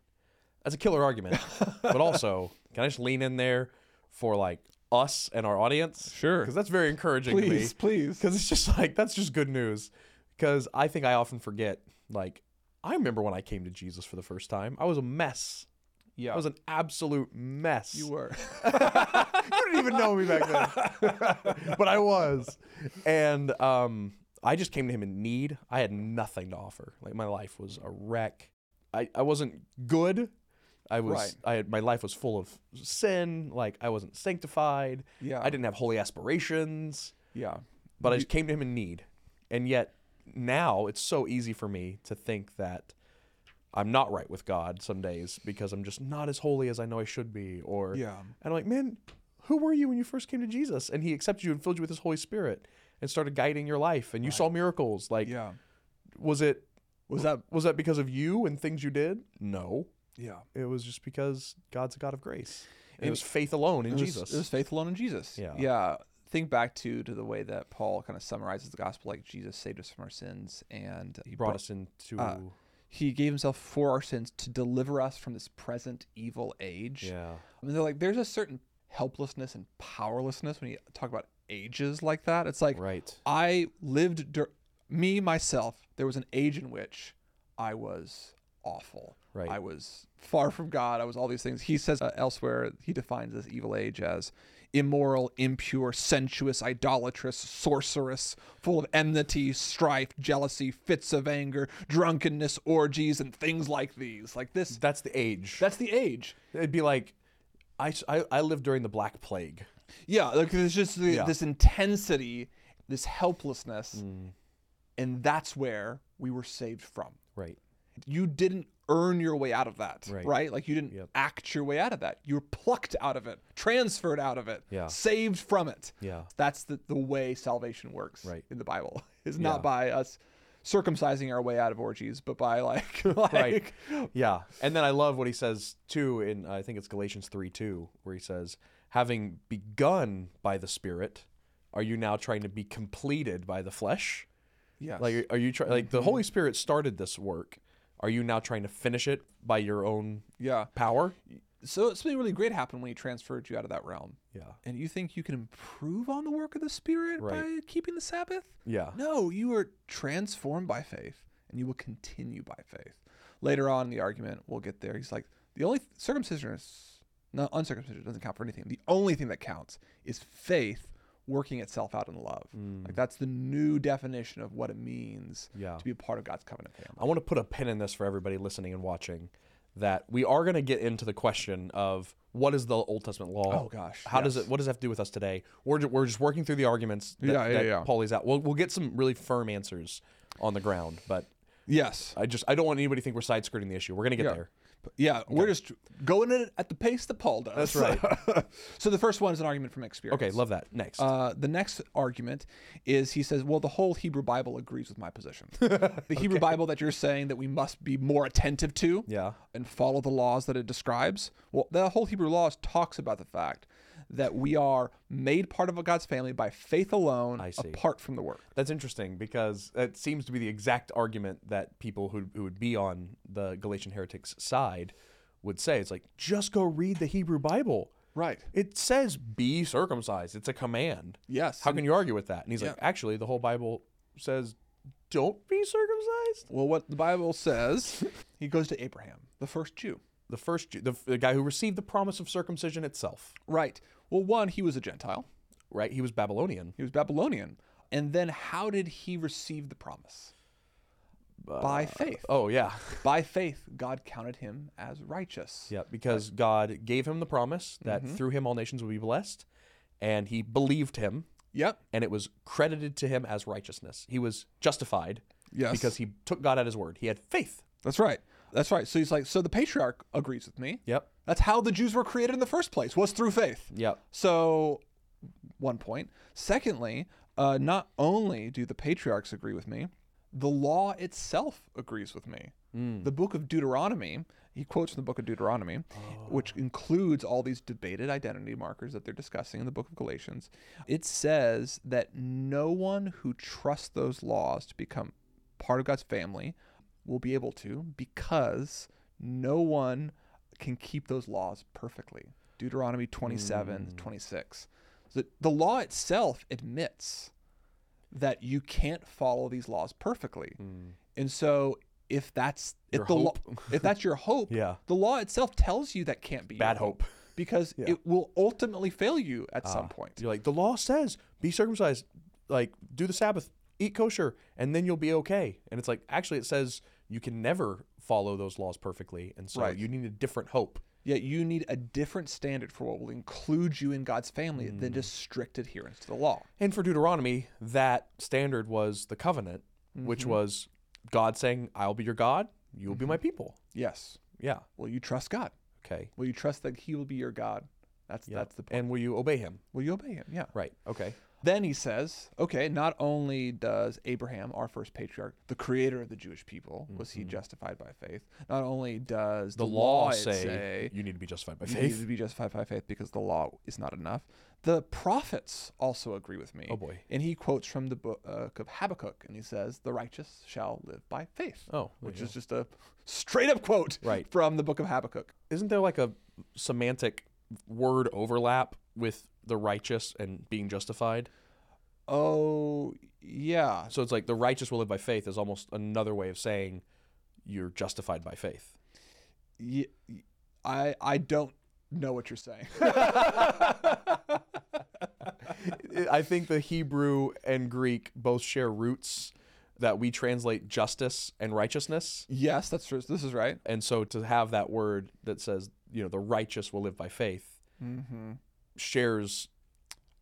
S1: that's a killer argument. but also, can I just lean in there for like us and our audience?
S2: Sure.
S1: Because that's very encouraging to me.
S2: please please
S1: because it's just like that's just good news because i think i often forget like i remember when i came to jesus for the first time i was a mess
S2: yeah
S1: i was an absolute mess
S2: you were
S1: you didn't even know me back then but i was and um i just came to him in need i had nothing to offer like my life was a wreck i, I wasn't good I was
S2: Right.
S1: I had my life was full of sin, like I wasn't sanctified.
S2: Yeah.
S1: I didn't have holy aspirations
S2: yeah
S1: but I just came to him in need. And yet now it's so easy for me to think that I'm not right with God some days because I'm just not as holy as I know I should be. Or
S2: Yeah.
S1: and I'm like, man, who were you when you first came to Jesus? And He accepted you and filled you with His Holy Spirit and started guiding your life. And you saw miracles. Like,
S2: yeah
S1: was it
S2: was that
S1: was that because of you and things you did? No,
S2: yeah
S1: it was just because God's a God of grace. And it was faith alone in
S2: It was-
S1: Jesus.
S2: It was faith alone in Jesus.
S1: Yeah.
S2: Yeah. Think back to to the way that Paul kind of summarizes the gospel, like Jesus saved us from our sins, and he
S1: brought us into
S2: uh, He gave himself for our sins to deliver us from this present evil age.
S1: yeah.
S2: I mean, they're like, there's a certain helplessness and powerlessness when you talk about ages like that. It's like uh,
S1: Right.
S2: I lived, dur- me myself. There was an age in which I was awful.
S1: Right.
S2: I was far from God. I was all these things. He says uh, elsewhere. He defines this evil age as immoral, impure, sensuous, idolatrous, sorceress, full of enmity, strife, jealousy, fits of anger, drunkenness, orgies, and things like these. Like
S1: Mm.
S2: this.
S1: That's the age.
S2: That's the age.
S1: It'd be like, I, s- I- I lived during the Black Plague.
S2: Yeah, like there's just the,
S1: Yeah.
S2: this intensity, this helplessness,
S1: Mm.
S2: and that's where we were saved from.
S1: Right.
S2: You didn't earn your way out of that,
S1: Right.
S2: right? Like you didn't
S1: Yep.
S2: act your way out of that. You were plucked out of it, transferred out of it,
S1: Yeah.
S2: saved from it.
S1: Yeah.
S2: That's the, the way salvation works
S1: Right.
S2: in the Bible. It's
S1: Yeah.
S2: not by us circumcising our way out of orgies, but by like, like
S1: Right. Yeah. And then I love what he says too in I think it's Galatians 3 2, where he says, Having begun by the Spirit, are you now trying to be completed by the flesh?
S2: yes.
S1: Like are you trying like the Holy Spirit started this work. Are you now trying to finish it by your own
S2: yeah.
S1: power?
S2: So something really great happened when he transferred you out of that realm.
S1: Yeah.
S2: And you think you can improve on the work of the Spirit
S1: Right.
S2: by keeping the Sabbath?
S1: Yeah.
S2: No, you are transformed by faith, and you will continue by faith. Later on in the argument, we'll get there. He's like, the only circumcision is no uncircumcision doesn't count for anything. The only thing that counts is faith working itself out in love. Like that's the new definition of what it means
S1: Mm. Yeah. Oh,
S2: to be a part of God's covenant family.
S1: I want to put a pin in this for everybody listening and watching that we are going to get into the question of what is the Old Testament law?
S2: Oh, gosh,
S1: How does
S2: yes.
S1: it what does that have to do with us today? We're ju- we're just working through the arguments that,
S2: Yeah, yeah,
S1: that
S2: yeah.
S1: Paul lays out. We'll we'll get some really firm answers on the ground, but
S2: Yes.
S1: I just I don't want anybody to think we're side skirting the issue. We're going to get
S2: Yeah.
S1: there.
S2: But yeah, we're just going at it at the pace that Paul does.
S1: That's
S2: right. so the first one is an argument from experience.
S1: Okay, love that. Next.
S2: Uh, the next argument is he says, well, the whole Hebrew Bible agrees with my position. the Hebrew Bible that you're saying that we must be more attentive to
S1: Yeah.
S2: and follow the laws that it describes. Well, the whole Hebrew laws talks about the fact that we are made part of God's family by faith alone,
S1: I see.
S2: apart from the work.
S1: That's interesting because it seems to be the exact argument that people who, who would be on the Galatian heretics side would say. It's like, just go read the Hebrew Bible.
S2: Right.
S1: It says be circumcised. It's a command.
S2: Yes.
S1: How can you argue with that? And he's like,
S2: Yeah.
S1: actually, the whole Bible says don't be circumcised.
S2: Well, what the Bible says, he goes to Abraham, the first Jew.
S1: The first, Jew- the, the guy who received the promise of circumcision itself,
S2: Right. Well, one, he was a Gentile.
S1: right? He was Babylonian.
S2: He was Babylonian. And then how did he receive the promise? By faith.
S1: Oh yeah,
S2: By faith, God counted him as righteous.
S1: yeah. Because God gave him the promise that
S2: Mm-hmm.
S1: through him all nations would be blessed, and he believed him.
S2: Yep.
S1: and it was credited to him as righteousness. He was justified
S2: Yes.
S1: because he took God at his word. He had faith.
S2: That's right. That's right. So he's like, so the patriarch agrees with me.
S1: Yep.
S2: That's how the Jews were created in the first place, was through faith.
S1: Yep.
S2: So, one point. Secondly, uh, not only do the patriarchs agree with me, the law itself agrees with me. The book of Deuteronomy, he quotes from the book of Deuteronomy, which includes all these debated identity markers that they're discussing in the book of Galatians. It says that no one who trusts those laws to become part of God's family will be able to because no one can keep those laws perfectly. Deuteronomy 27, 26. The, the law itself admits that you can't follow these laws perfectly. And so if that's
S1: Mm.
S2: if
S1: Your
S2: the law,
S1: hope.
S2: if that's your hope,
S1: Yeah.
S2: the law itself tells you that can't be your
S1: Bad hope. Ah.
S2: because it will ultimately fail you at some point.
S1: You're like, the law says be circumcised, like do the Sabbath, eat kosher, and then you'll be okay. And it's like, actually, it says you can never follow those laws perfectly. And so
S2: Right.
S1: you need a different hope.
S2: Yet you need a different standard for what will include you in God's family
S1: Mm.
S2: than just strict adherence to the law.
S1: And for Deuteronomy, that standard was the covenant, which
S2: Mm-hmm.
S1: was God saying, I'll be your God, you'll be my people.
S2: Yes.
S1: Yeah.
S2: Will you trust God?
S1: Okay.
S2: Will you trust that He will be your God? That's that's the point.
S1: And will you obey him?
S2: Will you obey Him? Yeah.
S1: Right. Okay.
S2: Then he says, okay, not only does Abraham, our first patriarch, the creator of the Jewish people, was he justified by faith? Not only does the,
S1: Mm-hmm. the law
S2: it
S1: say,
S2: say
S1: you need to be justified by
S2: you need
S1: faith.
S2: to be justified by faith because the law is not enough. The prophets also agree with me.
S1: Oh, boy.
S2: And he quotes from the book uh, of Habakkuk, and he says, "The righteous shall live by faith."
S1: Oh, there
S2: which
S1: you
S2: is just a straight up quote
S1: Right.
S2: from the book of Habakkuk.
S1: Isn't there like a semantic word overlap with the righteous and being justified?
S2: Oh, yeah,
S1: So it's like the righteous will live by faith is almost another way of saying you're justified by faith.
S2: Ye- I I don't know what you're saying.
S1: I think the Hebrew and Greek both share roots that we translate justice and righteousness.
S2: yes, that's true. This is right.
S1: And so to have that word that says, you know, the righteous will live by faith shares
S2: Mm-hmm.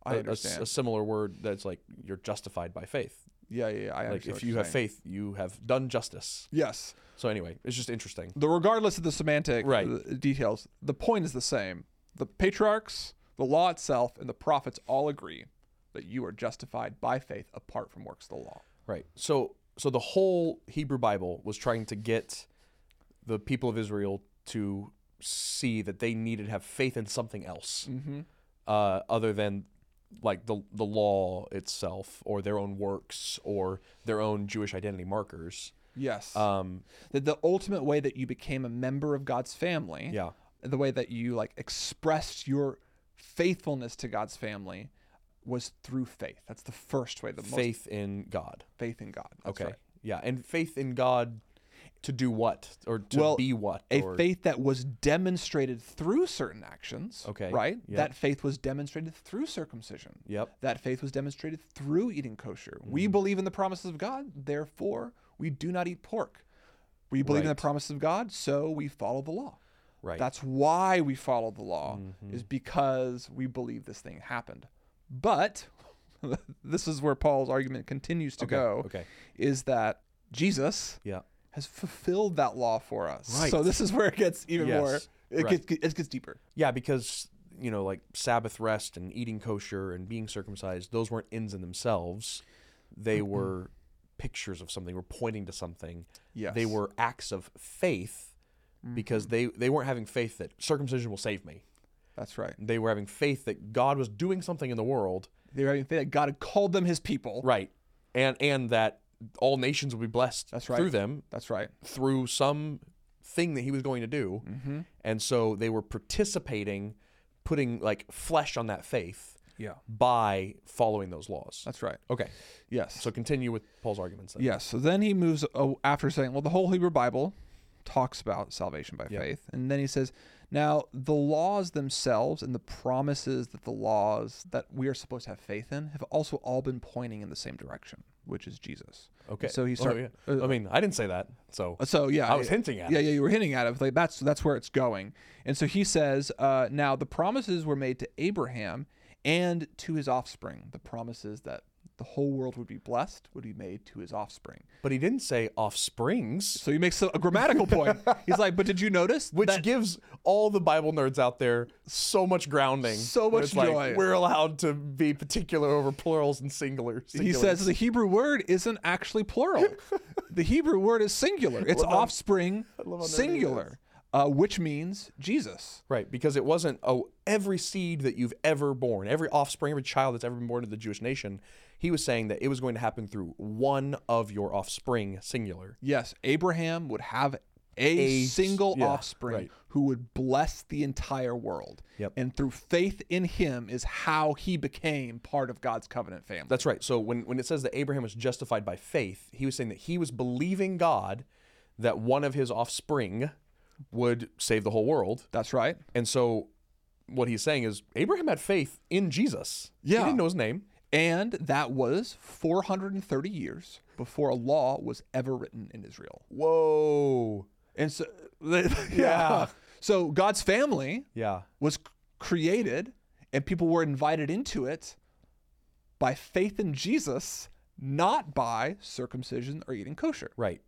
S2: I
S1: a- a s-
S2: understand.
S1: a similar word that's like you're justified by faith.
S2: Yeah, yeah, yeah. I understand.
S1: Like
S2: what
S1: if
S2: you're
S1: you have
S2: saying.
S1: faith, you have done justice.
S2: Yes.
S1: So anyway, it's just interesting.
S2: The regardless of the semantic
S1: Right.
S2: uh, details, the point is the same. The patriarchs, the law itself, and the prophets all agree that you are justified by faith apart from works of the law.
S1: Right. So so the whole Hebrew Bible was trying to get the people of Israel to see that they needed to have faith in something else
S2: Mm-hmm.
S1: uh, other than like the the law itself or their own works or their own Jewish identity markers.
S2: Yes.
S1: Um,
S2: that the ultimate way that you became a member of God's family,
S1: Yeah.
S2: the way that you like expressed your faithfulness to God's family was through faith. That's the first way, the most
S1: faith in God.
S2: faith in God. That's
S1: Okay.
S2: right.
S1: Yeah, and faith in God to do what or to
S2: Well,
S1: be what?
S2: a
S1: or,
S2: faith that was demonstrated through certain actions.
S1: Okay,
S2: Right?
S1: yep.
S2: That faith was demonstrated through circumcision.
S1: Yep. Mm-hmm.
S2: That faith was demonstrated through eating kosher. We believe in the promises of God, therefore we do not eat pork. We believe in the
S1: Right.
S2: promises of God, so we follow the law.
S1: Right. Mm-hmm.
S2: That's why we follow the law, is because we believe this thing happened. But this is where Paul's argument continues to go
S1: okay.
S2: is that Jesus
S1: yeah.
S2: has fulfilled that law for us.
S1: Right.
S2: So this is where it gets even
S1: Yes.
S2: more. It
S1: Right.
S2: gets it gets deeper.
S1: Yeah, because you know, like Sabbath rest and eating kosher and being circumcised, those weren't ends in themselves. They were pictures of something, were pointing to something.
S2: Yes. Mm-hmm.
S1: They were acts of faith because they, they weren't having faith that circumcision will save me.
S2: That's right.
S1: They were having faith that God was doing something in the world.
S2: They were having faith that God had called them His people.
S1: Right. And and that all nations will be blessed
S2: That's right.
S1: through them
S2: That's right.
S1: through some thing that he was going to do.
S2: Mm-hmm.
S1: And so they were participating, putting like flesh on that faith
S2: Yeah.
S1: by following those laws.
S2: That's right.
S1: Okay.
S2: Yes.
S1: So continue with Paul's arguments. Then.
S2: yes. So then he moves oh, after saying, "Well, the whole Hebrew Bible talks about salvation by
S1: Yeah.
S2: faith," and then he says, "Now the laws themselves and the promises that the laws that we are supposed to have faith in have also all been pointing in the same direction, which is Jesus."
S1: Okay.
S2: So he
S1: Oh,
S2: start. uh,
S1: yeah. I mean, I didn't say that. So
S2: So yeah,
S1: I was hinting at
S2: yeah,
S1: it.
S2: yeah, you were hinting at it. Like that's that's where it's going. And so he says, uh, now the promises were made to Abraham and to his offspring. The promises that the whole world would be blessed would be made to his offspring.
S1: but he didn't say offsprings,
S2: So he makes a, a grammatical point. He's like, but did you notice
S1: which
S2: that-
S1: gives all the Bible nerds out there so much grounding.
S2: So
S1: where
S2: much
S1: it's like,
S2: joy.
S1: we're allowed to be particular over plurals and singulars.
S2: he
S1: singulars.
S2: says the Hebrew word isn't actually plural. the Hebrew word is singular. It's
S1: love how-
S2: offspring
S1: love how nerdy he
S2: singular, uh, which means Jesus.
S1: Right, because it wasn't oh every seed that you've ever born, every offspring, every child that's ever been born to the Jewish nation. He was saying that it was going to happen through one of your offspring, singular.
S2: Yes, Abraham would have a,
S1: A s-
S2: single
S1: yeah,
S2: offspring
S1: right.
S2: who would bless the entire world.
S1: Yep.
S2: And through faith in him is how he became part of God's covenant family.
S1: That's right. So when, when it says that Abraham was justified by faith, he was saying that he was believing God that one of his offspring would save the whole world.
S2: That's right.
S1: And so what he's saying is Abraham had faith in Jesus.
S2: Yeah.
S1: He didn't know his name.
S2: And that was 430 years before a law was ever written in Israel.
S1: Whoa.
S2: And so
S1: Yeah.
S2: So God's family
S1: Yeah.
S2: was c- created and people were invited into it by faith in Jesus, not by circumcision or eating kosher.
S1: Right.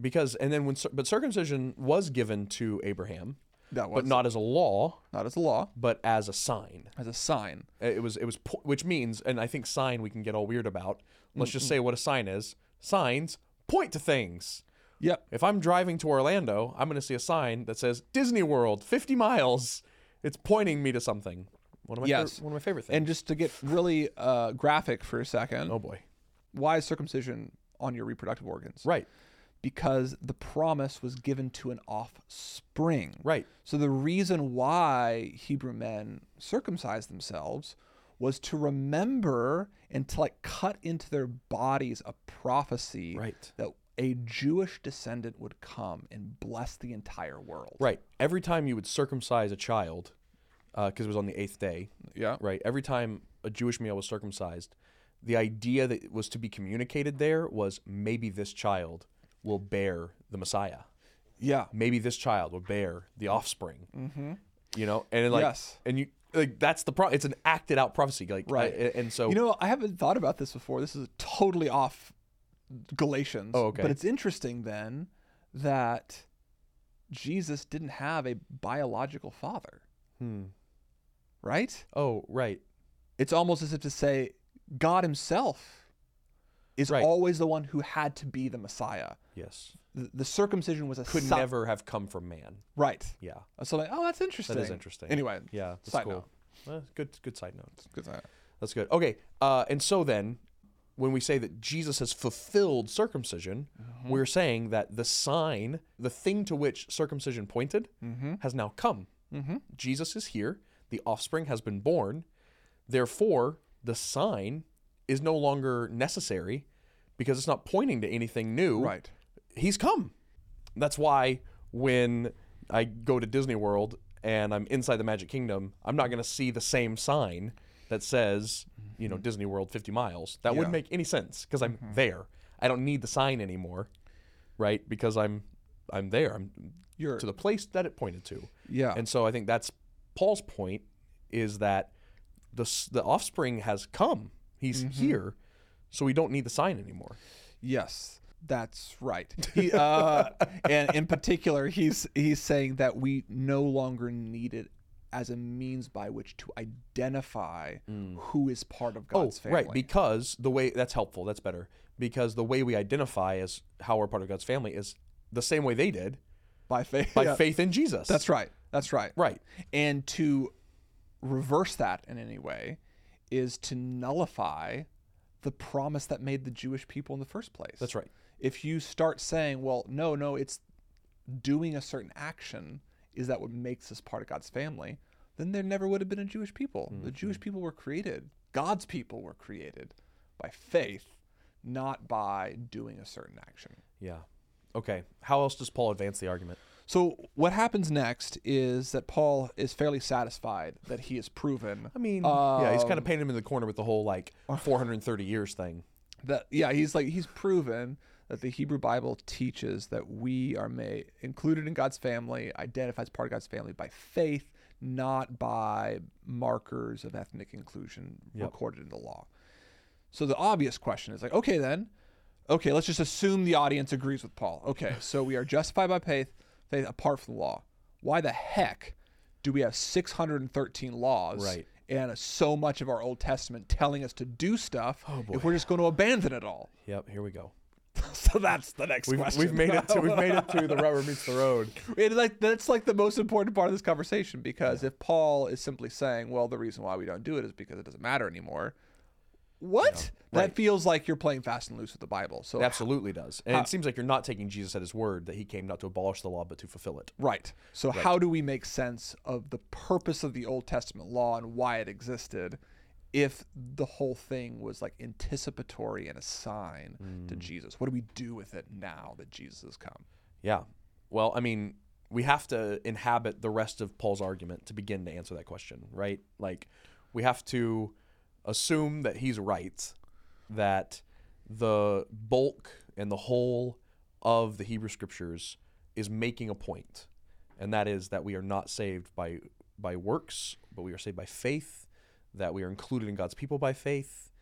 S1: Because and then when cir- but circumcision was given to Abraham,
S2: That was
S1: but not as a law,
S2: not as a law,
S1: but as a sign.
S2: as a sign.
S1: Uh, It was it was po- which means and I think sign we can get all weird about. Let's just say what a sign is. Signs point to things.
S2: Yep.
S1: If I'm driving to Orlando, I'm going to see a sign that says Disney World, 50 miles. It's pointing me to something. One of my
S2: Yes.
S1: favorite, one of my favorite things.
S2: And just to get really uh, graphic for a second,
S1: oh boy.
S2: why is circumcision on your reproductive organs?
S1: Right.
S2: Because the promise was given to an offspring.
S1: Right.
S2: So the reason why Hebrew men circumcised themselves was to remember and to like cut into their bodies a prophecy
S1: Right.
S2: that a Jewish descendant would come and bless the entire world.
S1: Right. Every time you would circumcise a child, because it was on the eighth day,
S2: Yeah.
S1: right? Every time a Jewish male was circumcised, the idea that was to be communicated there was maybe this child will bear the Messiah.
S2: Yeah.
S1: Maybe this child will bear the offspring. You know, and it, like,
S2: Mm-hmm. Yes.
S1: and you Like that's the pro. It's an acted out prophecy. Like
S2: Right.
S1: I- and so
S2: You know, I haven't thought about this before. This is totally off Galatians.
S1: Oh, okay.
S2: But it's interesting then that Jesus didn't have a biological father,
S1: Hmm.
S2: right?
S1: Oh right.
S2: It's almost as if to say God himself is
S1: Right.
S2: always the one who had to be the Messiah.
S1: Yes.
S2: The, the circumcision was a
S1: Could
S2: si-
S1: never have come from man.
S2: right.
S1: Yeah.
S2: So like, oh, that's interesting.
S1: That is interesting.
S2: Anyway,
S1: Yeah. That's
S2: side
S1: cool.
S2: note.
S1: Well, good. Good side note.
S2: Good side note.
S1: That's good. Okay. Uh, and so then, when we say that Jesus has fulfilled circumcision, we're saying that the sign, the thing to which circumcision pointed, has now come. Jesus is here. The offspring has been born. Therefore, the sign is no longer necessary because it's not pointing to anything new.
S2: Right.
S1: He's come. That's why when I go to Disney World and I'm inside the Magic Kingdom, I'm not going to see the same sign that says, you know, Disney World 50 miles. That
S2: Mm-hmm. Yeah. Mm-hmm.
S1: wouldn't make any sense because I'm there. I don't need the sign anymore, right? Because I'm I'm there. I'm
S2: You're
S1: to the place that it pointed to.
S2: yeah.
S1: And so I think that's Paul's point is that the s- the offspring has come. He's
S2: Mm-hmm.
S1: here. So we don't need the sign anymore.
S2: Yes, that's right. He, uh, and in particular, he's he's saying that we no longer need it as a means by which to identify who is part of God's family.
S1: Mm. Oh, right, because the way that's helpful, that's better. Because the way we identify as how we're part of God's family is the same way they did
S2: by faith.
S1: by
S2: yeah.
S1: faith in Jesus.
S2: That's right. That's right.
S1: right.
S2: And to reverse that in any way is to nullify the promise that made the Jewish people in the first place.
S1: That's right.
S2: if you start saying, well, no, no, it's doing a certain action is that what makes us part of God's family, then there never would have been a Jewish people. The Jewish people were created, God's people were created by faith, not by doing a certain action.
S1: Yeah. Okay. How else does Paul advance the argument?
S2: So, what happens next is that Paul is fairly satisfied that he is proven.
S1: I mean, yeah, he's
S2: Um,
S1: kind of painting him in the corner with the whole like 430 years thing.
S2: that yeah he's like he's proven that the hebrew bible teaches that we are made included in god's family identified as part of god's family by faith not by markers of ethnic inclusion recorded in the law so the obvious question is like okay then okay let's just assume the audience agrees with paul okay so we are justified by faith faith apart from the law why the heck do we have 613 laws
S1: Right.
S2: and so much of our Old Testament telling us to do stuff if we're just going to abandon it all.
S1: Yep. Here we go.
S2: so that's the next
S1: We've,
S2: question.
S1: we've made it to we've made it to the rubber meets the road.
S2: It, like that's like the most important part of this conversation because if Paul is simply saying, "Well, the reason why we don't do it is because it doesn't matter anymore," what? That
S1: Right.
S2: feels like you're playing fast and loose with the Bible. So
S1: It absolutely does, and it seems like you're not taking Jesus at his word that he came not to abolish the law but to fulfill it.
S2: Right. So how do we make sense of the purpose of the Old Testament law and why it existed if the whole thing was like anticipatory and a sign to Jesus? What do we do with it now that Jesus has come?
S1: Yeah. Well, I mean, we have to inhabit the rest of Paul's argument to begin to answer that question, right? Like, we have to assume that he's right, that the bulk and the whole of the Hebrew scriptures is making a point, and that is that we are not saved by by works, but we are saved by faith, that we are included in God's people by faith.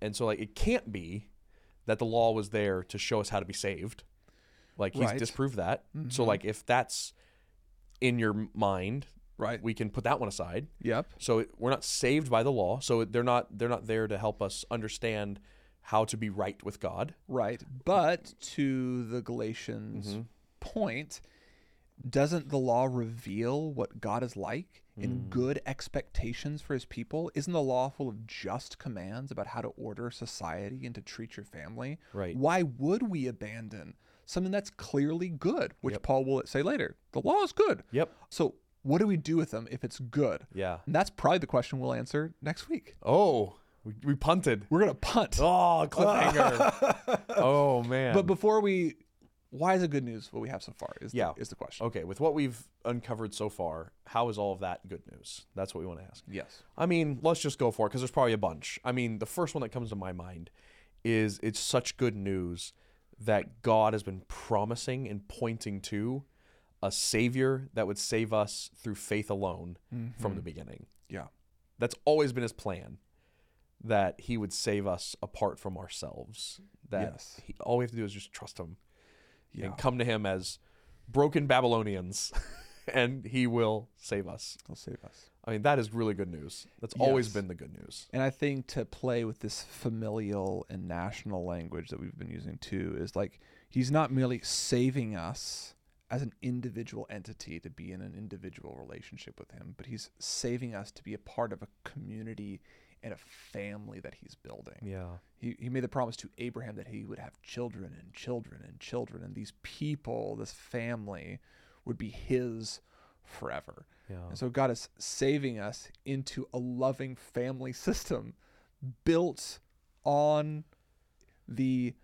S1: And so like it can't be that the law was there to show us how to be saved. Like he's
S2: Right.
S1: disproved that. So like if that's in your m- mind,
S2: Right.
S1: we can put that one aside.
S2: Yep.
S1: So it, we're not saved by the law. So it, they're not they're not there to help us understand how to be right with God.
S2: Right. But to the Galatians
S1: Mm-hmm.
S2: point, doesn't the law reveal what God is like and
S1: Mm.
S2: good expectations for his people? Isn't the law full of just commands about how to order society and to treat your family?
S1: Right.
S2: Why would we abandon something that's clearly good, which Paul will say later? The law is good.
S1: Yep.
S2: So what do we do with them if it's good?
S1: Yeah.
S2: And that's probably the question we'll answer next week.
S1: Oh, we, we punted.
S2: We're going to punt.
S1: Oh, cliffhanger. oh man.
S2: But before we, why is it good news? What we have so far is
S1: Yeah.
S2: the, is the question.
S1: okay, with what we've uncovered so far, how is all of that good news? That's what we want to ask.
S2: Yes.
S1: I mean, let's just go for it because there's probably a bunch. I mean, the first one that comes to my mind is it's such good news that God has been promising and pointing
S2: Mm-hmm.
S1: to a savior that would save us through faith alone from the beginning.
S2: Yeah.
S1: That's always been his plan that he would save us apart from ourselves. That
S2: Yes.
S1: he, all we have to do is just trust him
S2: Yeah.
S1: and come to him as broken Babylonians and he will save us.
S2: He'll save us.
S1: I mean, that is really good news. That's always
S2: Yes.
S1: been the good news.
S2: And I think to play with this familial and national language that we've been using too is like he's not merely saving us as an individual entity to be in an individual relationship with him, but he's saving us to be a part of a community and a family that he's building.
S1: Yeah.
S2: He, he made the promise to Abraham that he would have children and children and children, and these people, this family, would be his forever.
S1: Yeah.
S2: And so God is saving us into a loving family system built on the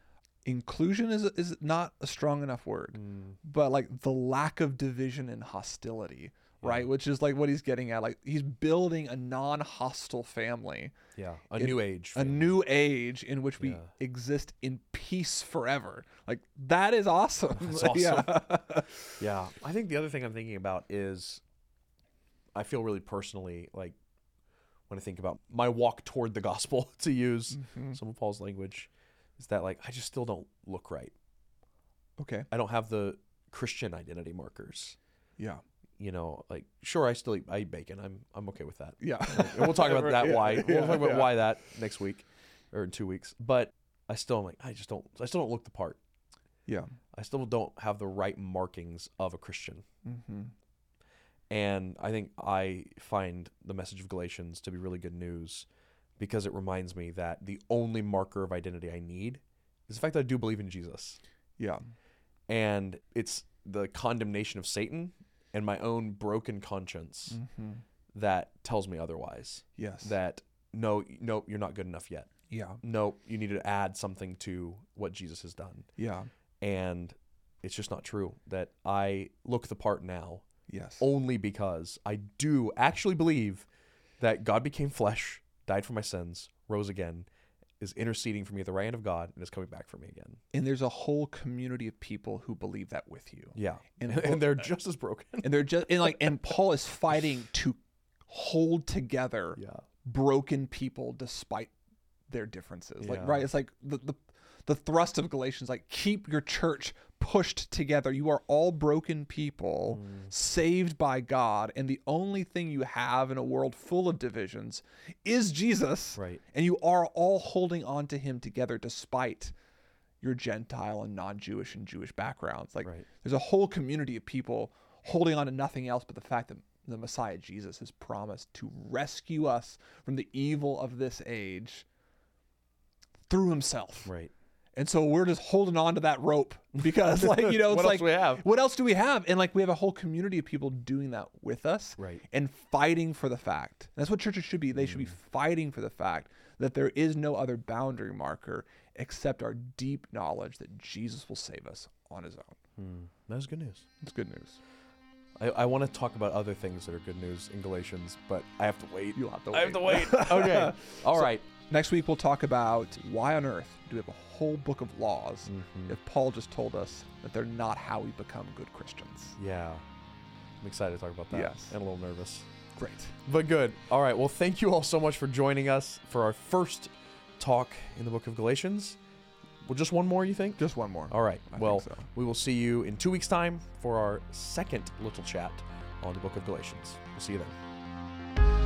S2: inclusion is is not a strong enough word, but like the lack of division and hostility, right? Which is like what he's getting at. Like he's building a non-hostile family
S1: Yeah. A
S2: It-
S1: new age.
S2: a new age in which we
S1: Yeah.
S2: exist in peace forever. Like that is awesome.
S1: That's
S2: Yeah.
S1: Yeah. I think the other thing I'm thinking about is I feel really personally like when I think about my walk toward the gospel, to use some of Paul's language, is that like I just still don't look right.
S2: Okay.
S1: I don't have the Christian identity markers.
S2: Yeah.
S1: You know, like sure I still eat I eat bacon. I'm I'm okay with that.
S2: Yeah.
S1: And we'll talk about that
S2: Yeah,
S1: why we'll
S2: yeah,
S1: talk about
S2: yeah.
S1: why that next week or in two weeks. But I still am like I just don't I still don't look the part.
S2: Yeah.
S1: I still don't have the right markings of a Christian.
S2: Mm-hmm.
S1: And I think I find the message of Galatians to be really good news because it reminds me that the only marker of identity I need is the fact that I do believe in Jesus.
S2: Yeah.
S1: And it's the condemnation of Satan and my own broken conscience
S2: Mm-hmm.
S1: that tells me otherwise.
S2: Yes.
S1: That no, no, you're not good enough yet.
S2: Yeah.
S1: No, you need to add something to what Jesus has done.
S2: Yeah.
S1: And it's just not true that I look the part now
S2: Yes.
S1: only because I do actually believe that God became flesh, died for my sins, rose again, is interceding for me at the right hand of God, and is coming back for me again.
S2: And there's a whole community of people who believe that with you.
S1: Yeah.
S2: And-
S1: And, and they're just as broken.
S2: And they're just and like and Paul is fighting to hold together
S1: Yeah.
S2: broken people despite their differences. Like
S1: Yeah.
S2: right, it's like the, the the thrust of Galatians like keep your church pushed together. You are all broken people
S1: Mm.
S2: saved by God and the only thing you have in a world full of divisions is Jesus.
S1: Right.
S2: And you are all holding on to him together despite your Gentile and non-Jewish and Jewish backgrounds. Like
S1: Right.
S2: there's a whole community of people holding on to nothing else but the fact that the Messiah Jesus has promised to rescue us from the evil of this age through himself.
S1: Right.
S2: And so we're just holding on to that rope because like you know it's
S1: What else
S2: like
S1: do we have?
S2: what else do we have? And like we have a whole community of people doing that with us
S1: Right.
S2: and fighting for the fact. That's what churches should be. They should be
S1: Mm.
S2: fighting for the fact that there is no other boundary marker except our deep knowledge that Jesus will save us on his own.
S1: That was good news.
S2: It's good news.
S1: I, I want to talk about other things that are good news in Galatians, but I have to wait.
S2: You'll have to
S1: I have to
S2: wait.
S1: wait. okay. All right.
S2: Next week, we'll talk about why on earth do we have a whole book of laws
S1: Mm-hmm.
S2: if Paul just told us that they're not how we become good Christians?
S1: Yeah. I'm excited to talk about that.
S2: Yes.
S1: And a little nervous.
S2: Great.
S1: But good. All right. Well, thank you all so much for joining us for our first talk in the book of Galatians. Well, just one more, you think?
S2: Just one more.
S1: All right.
S2: I think
S1: well,
S2: so.
S1: we will see you in two weeks' time for our second little chat on the book of Galatians. We'll see you then.